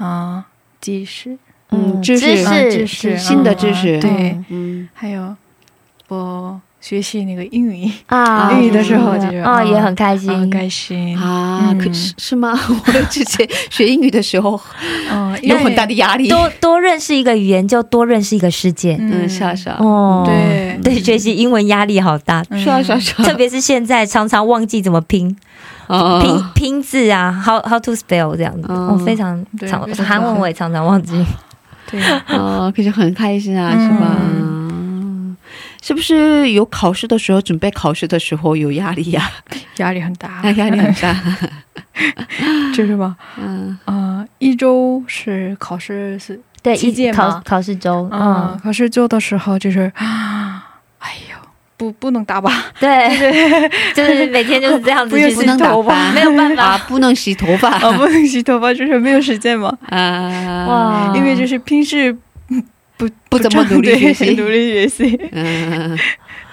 嗯，技师，嗯知识啊识知识新的知识嗯对，嗯还有我学习那个英语，啊，英语的时候就是哦，嗯也很开心，很开心。啊，嗯可是是吗？ 我之前学英语的时候嗯，因有为很大的压力。多多认识一个语言，就多认识一个世界。嗯，是啊是啊，哦，对对，学习英文压力好大，嗯是啊是啊 是啊，特别是现在常常忘记怎么拼。啊拼拼字啊，how how to spell 这样子，嗯我、非常对常非常韩文我也常常忘记。对，啊，可是很开心啊，是吧？是不是有考试的时候，准备考试的时候有压力呀、，压力很大压力很 大。就是嘛，嗯嗯，一周是考试是，对，期一间考嘛考试周，嗯嗯，，考试周的时候就是，啊哎呦，不不能打吧， 对，就是每天就是这样子，不要就是不洗能打头扮发，没有办啊法，，不能洗头发啊，不能洗头发，就是没有时间嘛，啊！哇，因为就是平时不不怎么努力学习努力学习。嗯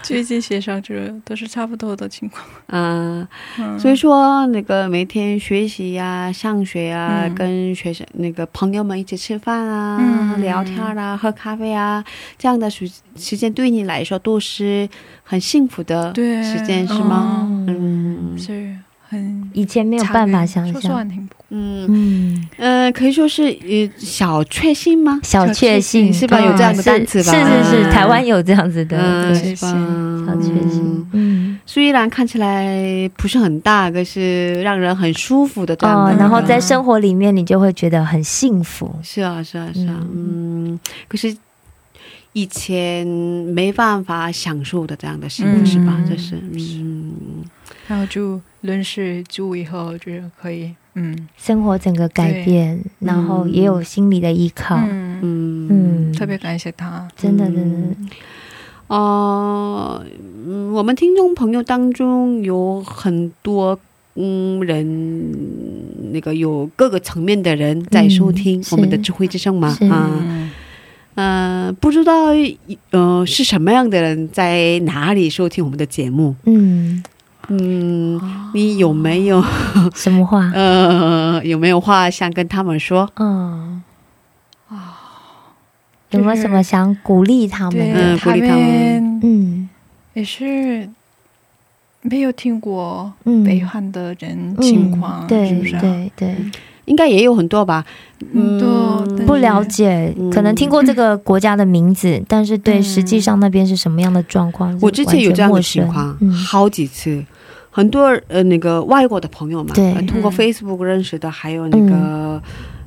最近学生就是都是差不多的情况，嗯，嗯所以说那个每天学习呀、上学呀、嗯跟学生那个朋友们一起吃饭啊、嗯聊天啊、喝咖啡啊，这样的时时间对你来说都是很幸福的对时间，是吗？嗯，嗯是很以前没有没办法想说象，算挺不嗯，嗯，呃，可以说是呃小确幸吗？小确幸是吧嗯有这样的单词吧是是是，嗯台湾有这样子的，嗯，对，是吧？小确幸嗯，，嗯，虽然看起来不是很大，可是让人很舒服的这样哦的嗯一，个。然后在生活里面你就会觉得很幸福，是啊，是啊，是啊，嗯，可是以前没办法享受的这样的幸福、嗯是吧？这嗯是，嗯，然后就认识猪以后就是可以，嗯生活整个改对变，然后也有心理的依靠，嗯，嗯，哦嗯，特别感谢他，真的嗯真的，哦、嗯，我们听众朋友当中有很多。嗯，人那个有各个层面的人在收听嗯我们的是智慧之声嘛是啊，嗯嗯、不知道呃是什么样的人在哪里收听我们的节目？嗯，嗯，你有没有什么话？ 呃，有没有话想跟他们说？嗯，啊，有没有什么想鼓励他们对的？嗯鼓励他们嗯也是没有听过嗯，北汉的人嗯情况，对是不是啊？对对，嗯应该也有很多吧。很多但是不了解嗯，可能听过这个国家的名字，但是对嗯实际上那边是什么样的状况，嗯我之前有这样的情是完况全，嗯陌生好几次，很多呃那个外国的朋友嘛，对呃通过嗯 Facebook 认识的，还有那个。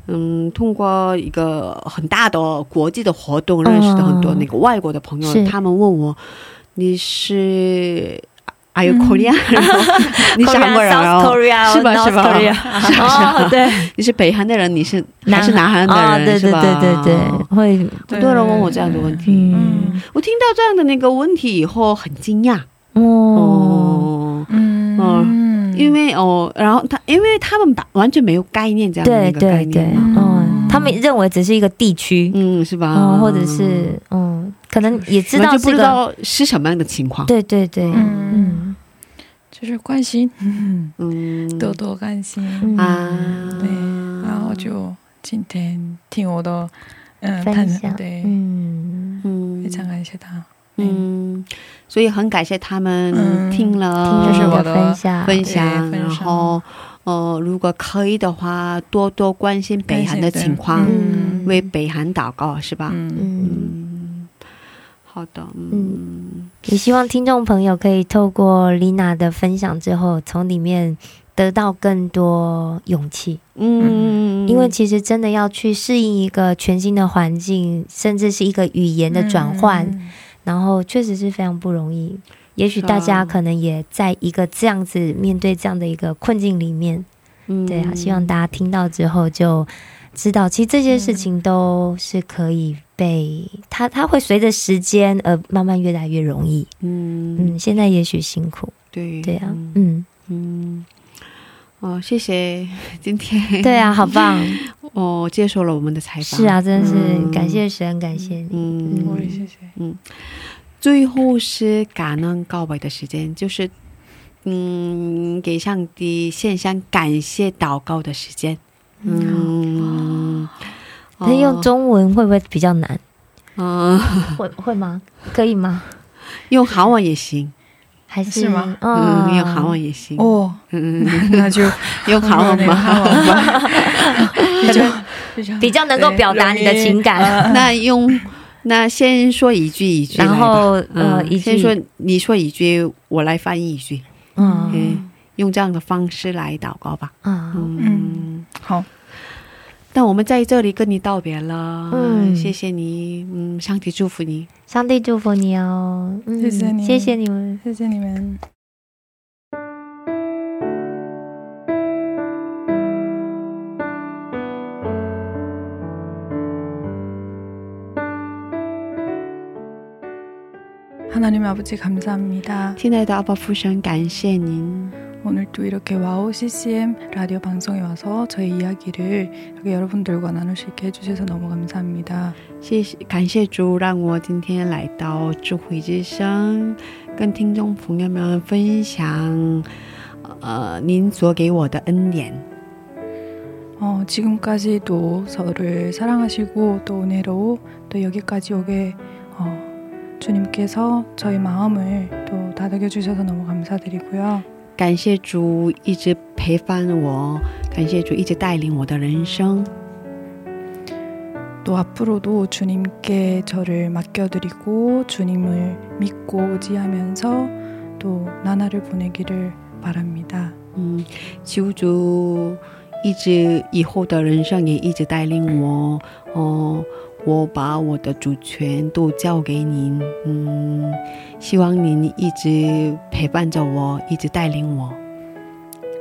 嗯，通过一个很大的国际的活动认识的很多嗯那个外国的朋友，是他们问我你是啊还有 Korea，、然后你 是韩国人 Korea, 嗯 South 哦， Korea, 是吧 North 是吧 Korea 是吧是吧哦，对，你是北韩的人，你是还南是南韩的人、哦对是对吧？对对对，会，很多人问我这样的问题，嗯，我听到这样的那个问题以后很惊讶哦，嗯嗯哦。嗯因为哦，然后他，因为他们把完全没有概念这样的对一个概对对念嘛，，嗯，他们认为只是一个地区，嗯，是吧？哦，或者是嗯，可能也知完道全不这知个，道是什么样的情况，对对对，嗯，嗯就是关心，嗯，多多关心。嗯啊，对，然后就今天听我的，嗯，分享探，对，嗯，嗯非常感谢他，嗯，所以很感谢他们嗯听了，听这是你我的的分享，分对享，分然享后呃，如果可以的话，多多关心北韩的情况，嗯为北韩祷告，是吧？嗯，嗯。嗯，好的，嗯嗯也希望听众朋友可以透过 Lina 的分享之后，从里面得到更多勇气，嗯，因为其实真的要去适应一个全新的环境，甚至是一个语言的转换，嗯，然后确实是非常不容易。也许是啊大家可能也在一个这样子面对这样的一个困境里面，嗯嗯对啊，希望大家听到之后就知道，其实这些事情都是可以被它，它会随着时间而慢慢越来越容易。嗯嗯，现在也许辛苦，对对啊，嗯嗯，嗯。哦，谢谢，今天对啊，好 棒，哦，接受了我们的采访，是啊，，真的是嗯感谢神，感谢你，嗯，我也谢谢，最后是感恩告白的时间，就是嗯，给上帝献上感谢祷告的时间。嗯，那用中文会不会比较难？嗯、会会吗？可以吗？用韩文也行，还是是吗？嗯，用韩文也行，哦，嗯，那就用韩文吧。好吧，比较比较比较能够表达你的情感，那用那先说一句一句来吧，嗯然后呃，嗯一先句说你说一句，我来翻译一句，嗯嗯，用这样的方式来祷告吧，嗯，嗯好，但我们在这里跟你道别了，嗯谢谢你，嗯，上帝祝福你，上帝祝福你哦，嗯谢谢你谢谢你们。谢谢你们。하나님 아버지 감사합니다. 亲爱的阿爸父神，感谢您， 오늘 또 이렇게 와우 CCM 라디오 방송에 와서 저의 이야기를 이렇게 여러분들과 나눌 수 있게 해주셔서 너무 감사합니다. 谢谢，感谢主让我今天来到智慧之声，跟听众朋友们分享，呃，您所给我的恩典。 어, 지금까지도 서로를 사랑하시고 또 은혜로 또 여기까지 오게 어, 주님께서 저희 마음을 또 다독여 주셔서 너무 감사드리고요. 感谢主一直陪伴我，感谢主一直带领我的人生。 또 앞으로도 주님께 저를 맡겨드리고 주님을 믿고 의지하면서 또 나날을 보내기를 바랍니다. 嗯，求主一直以后的人生也一直带领我。哦，我把我的主权都交给您。嗯，希望您一直陪伴着我，一直带领我。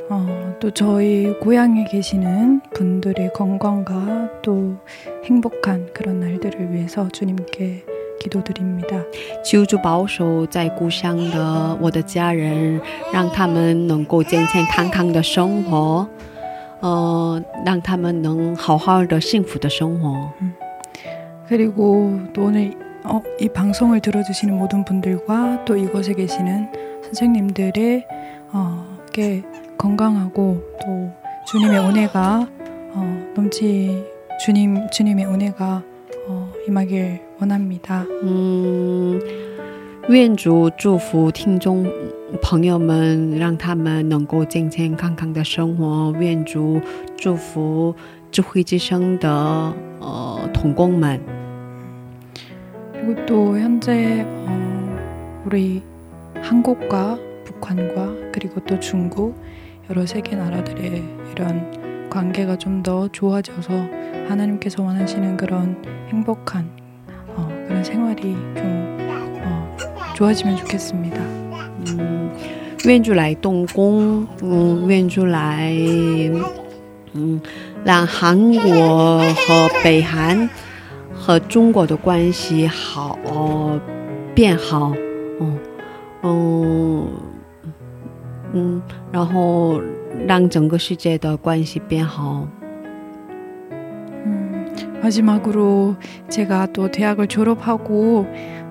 어, 또 저희 고향에 계시는 분들의 건강과 또 행복한 그런 날들을 위해서 주님께 기도드립니다. 求主保守在故乡的我的家人，让他们能够健健康康的生活。呃，让他们能好好的、幸福的生活。 그리고 또 오늘 어, 이 방송을 들어주시는 모든 분들과 또 이곳에 계시는 선생님들의 어, 게 건강하고 또 주님의 은혜가 어, 넘치 주님 주님의 은혜가 어, 임하길 원합니다. 嗯，愿主祝福听众朋友们，让他们能够健健康康的生活。愿主祝福智慧之声的呃童工们。 그리고 또 현재 어, 우리 한국과 북한과 그리고 또 중국 여러 세계 나라들의 이런 관계가 좀 더 좋아져서 하나님께서 원하시는 그런 행복한 어, 그런 생활이 좀 어, 좋아지면 좋겠습니다. 嗯，愿主来动工，嗯，愿主来，嗯，让韩国和北韩和中国的关系好、哦变好，嗯嗯嗯，然后让整个世界的关系变好。 음, 마지막으로 제가 또 대학을 졸업하고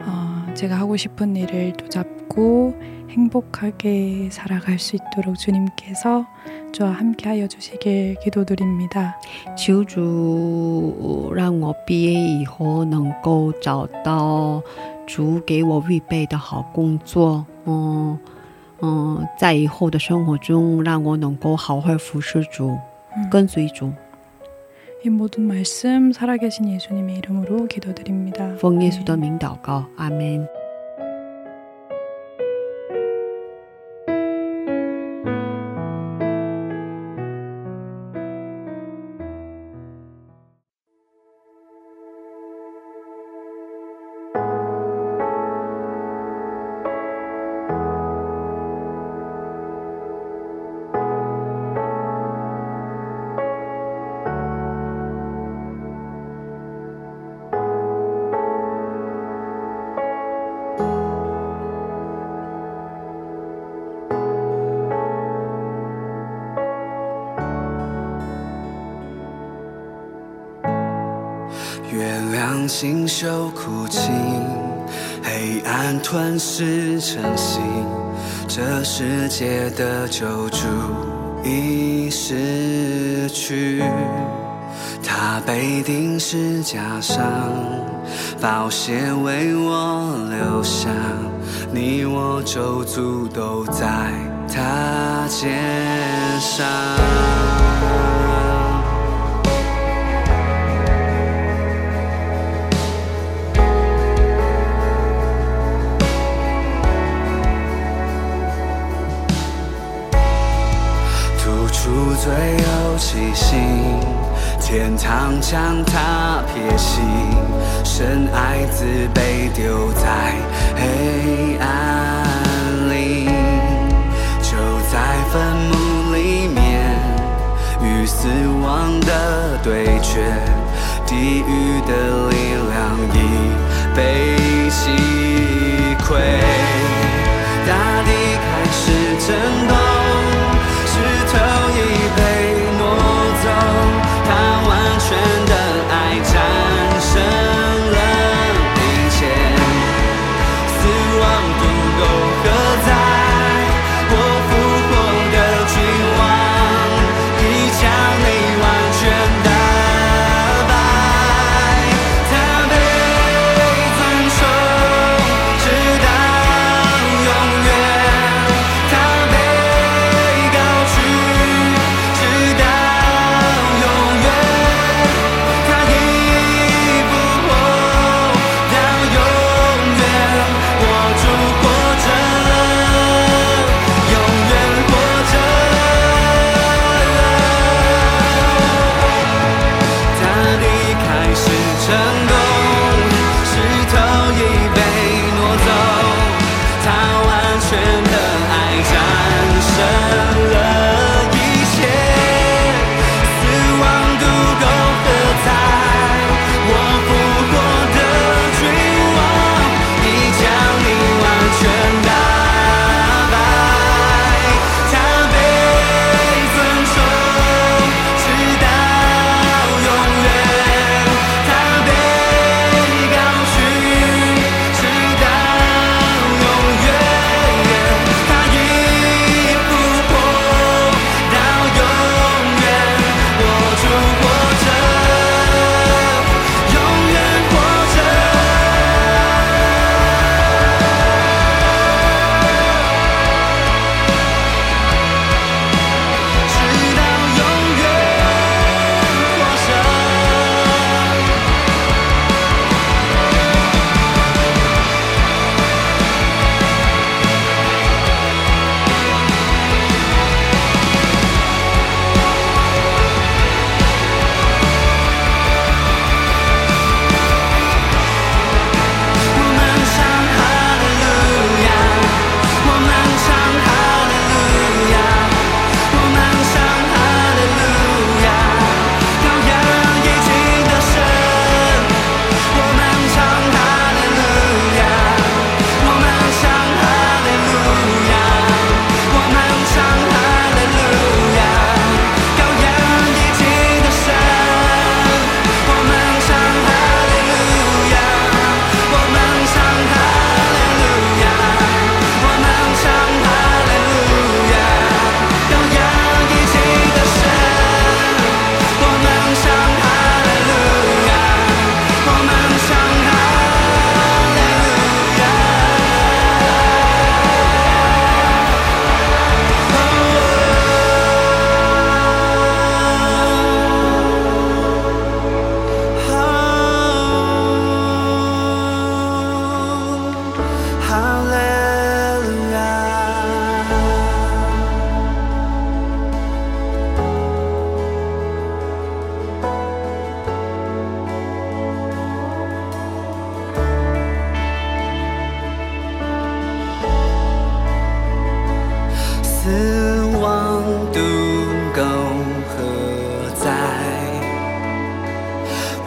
어, 제가 하고 싶은 일을 또 잡고 행복하게 살아갈 수 있도록 주님께서 저와 함께하여 주시길 기도드립니다. 求主让我毕业以后能够找到主给我预备的好工作，嗯嗯，在以后的生活中，让我能够好好服侍主，嗯跟随主。 이 모든 말씀 살아계신 예수님의 이름으로 기도드립니다. 奉耶稣的名祷告，阿门。月亮清秀苦情，黑暗吞噬晨星，这世界的救主已失去，他被钉十架上，宝血为我留下，你我咒诅都在他肩上。吐出最后气息，天堂将它撇息，深爱自被丢在黑暗里，就在坟墓里面，与死亡的对决，地狱的力量已被击溃。大地开始震动，石头已被挪走，他完全的爱战胜了一切，死亡毒钩何在？我复活的君王已将你完全打败，他被赞颂。直到永远，他被高举，直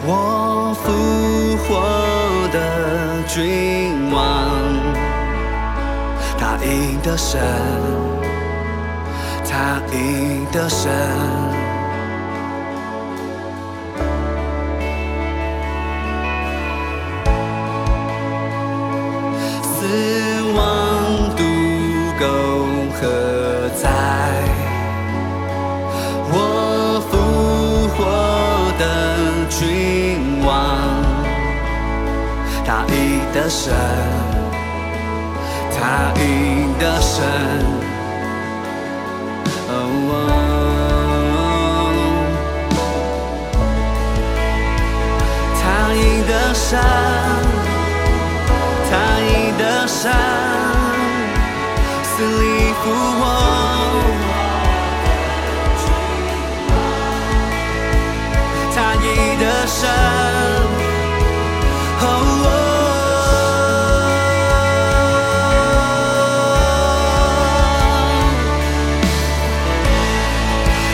我复活的君王，他赢得神，他赢得神。死亡毒钩何在？我复活的君王，他赢得神，他赢得神。Oh, 哦 oh 他赢得神，他赢得神，死里复活。他义的神。哦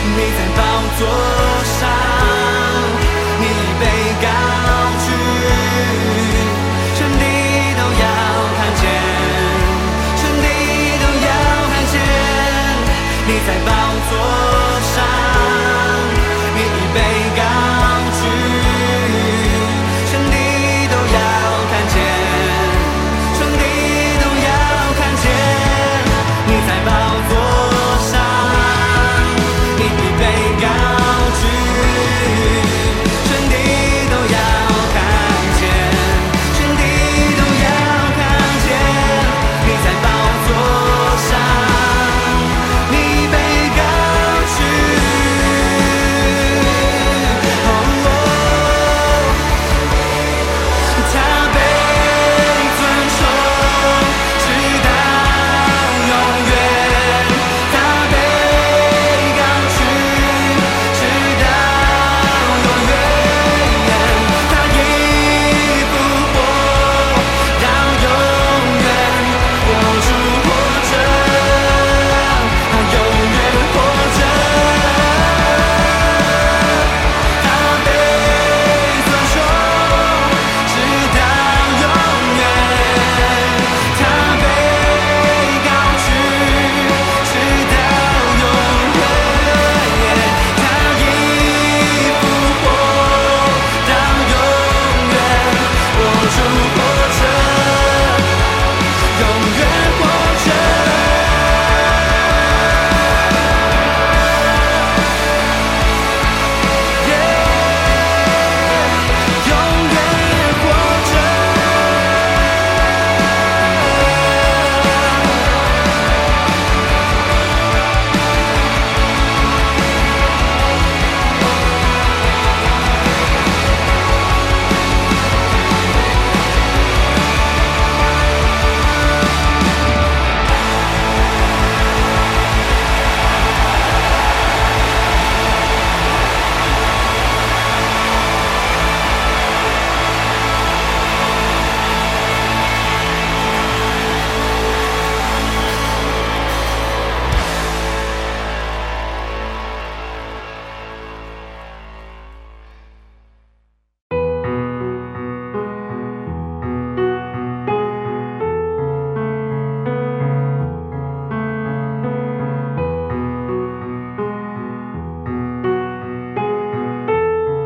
你在宝座上，你已被高举，全地都要看见，全地都要看见。你在宝座上，你已被高举，全地都要看见，全地都要看见。你在宝座上，你已被高举，全地都要看见，全地都要看见。你在宝座上，你已被高举。哦他被尊崇，直到永远。他被高举，直到永远。他已复活到永远，我主活着，他永远活着。他被尊崇，直到永远。他被高举，直到永远。他已复活到永远，我主活着，永远活着。永远活着。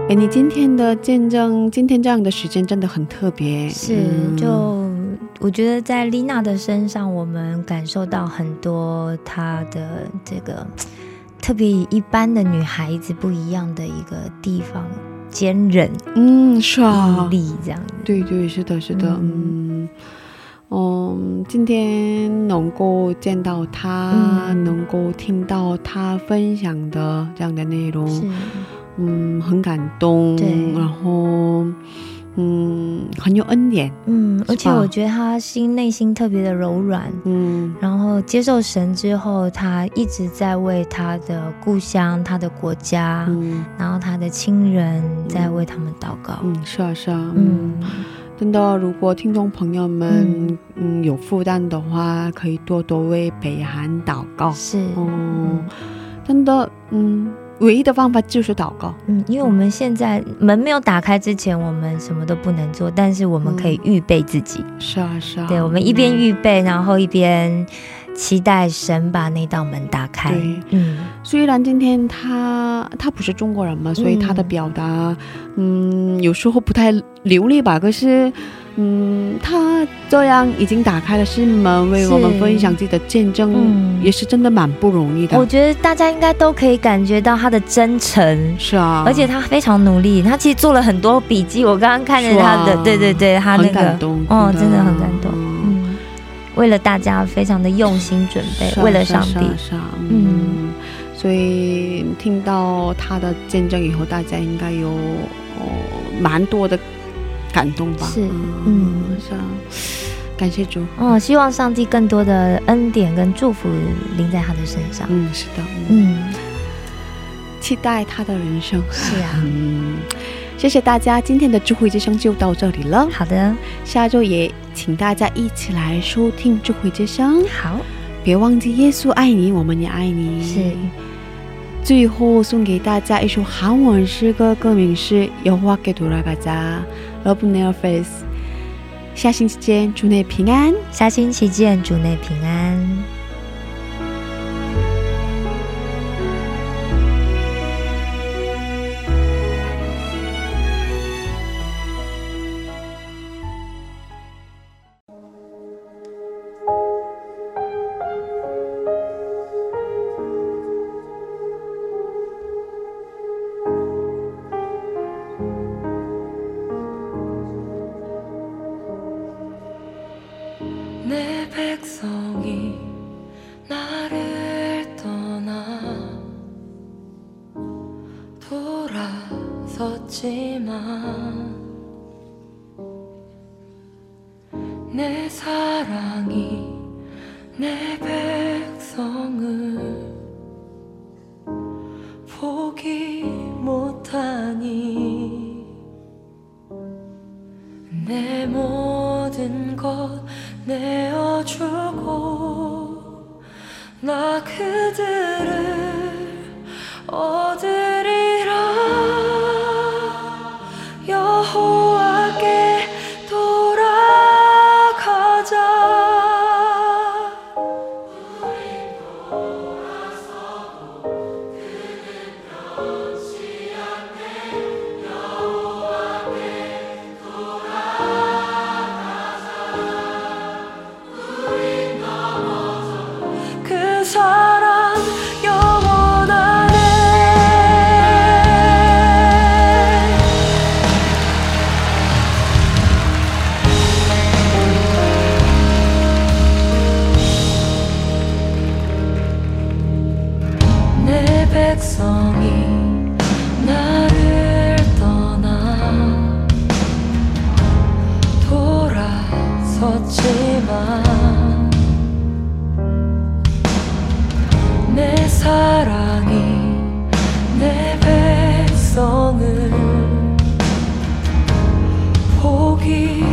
哎，你今天的见证，今天这样的时间真的很特别。是，嗯就我觉得在丽娜的身上，我们感受到很多她的这个特别与一般的女孩子不一样的一个地方，坚韧、嗯，是啊毅，力这样子。对对，是的，是的，嗯嗯，嗯，今天能够见到他，嗯能够听到他分享的这样的内是容，，嗯，很感动对，然后，嗯，很有恩典，嗯，而且吧我觉得她心内心特别的柔软，嗯，然后接受神之后，她一直在为她的故乡、她的国家，嗯，然后她的亲人在为他们祷告。嗯，是啊，是啊，嗯，嗯，真的，如果听众朋友嗯们，嗯，有负担的话，可以多多为北韩祷告，是，哦嗯，真的，嗯，唯一的方法就是祷告。嗯，因为我们现在嗯门没有打开之前，我们什么都不能做，但是我们可以预备自己。是啊，是啊。对，我们一边预备，然后一边期待神把那道门打开。对嗯，虽然今天他他不是中国人嘛，所以他的表达，嗯有时候不太流利吧。可是，嗯，他这样已经打开了心门，为是我们分享自己的见证，嗯也是真的蛮不容易我的。觉得大家应该都可以感觉到他的真诚。是啊，而且他非常努力，他其实做了很多笔记。我刚刚看着他的是，啊对对对，他那很感个，动，哦，真的很感动。嗯嗯，为了大家非常的用心准备，是啊为了上是帝啊，是啊嗯，所以听到他的见证以后，大家应该有、哦、蛮多的感动吧？是嗯是啊，感谢主。哦，希望上帝更多的恩典跟祝福临在他的身上。嗯，是的，嗯，嗯，期待他的人生。是啊，嗯，谢谢大家，今天的智慧之声就到这里了。嗯好的，下周也请大家一起来收听智慧之声，好，别忘记耶稣爱你，我们也爱你。是。最后送给大家一首韩文诗歌，歌名是《여호와께돌아가자》，Love Never Fails。下星期见，祝你平安。下星期见，主内平安。 내 백성이 나를 떠나 돌아섰지만 내 사랑이 내 백성을 포기 못하니 내 모든 것 내어주고 나 그들을 얻으리라 여호와께 돌아가자 그 사랑 영원하네 내 백성이 나를 떠나 돌아섰지만 내 사랑이 내 백성을 포기 그그그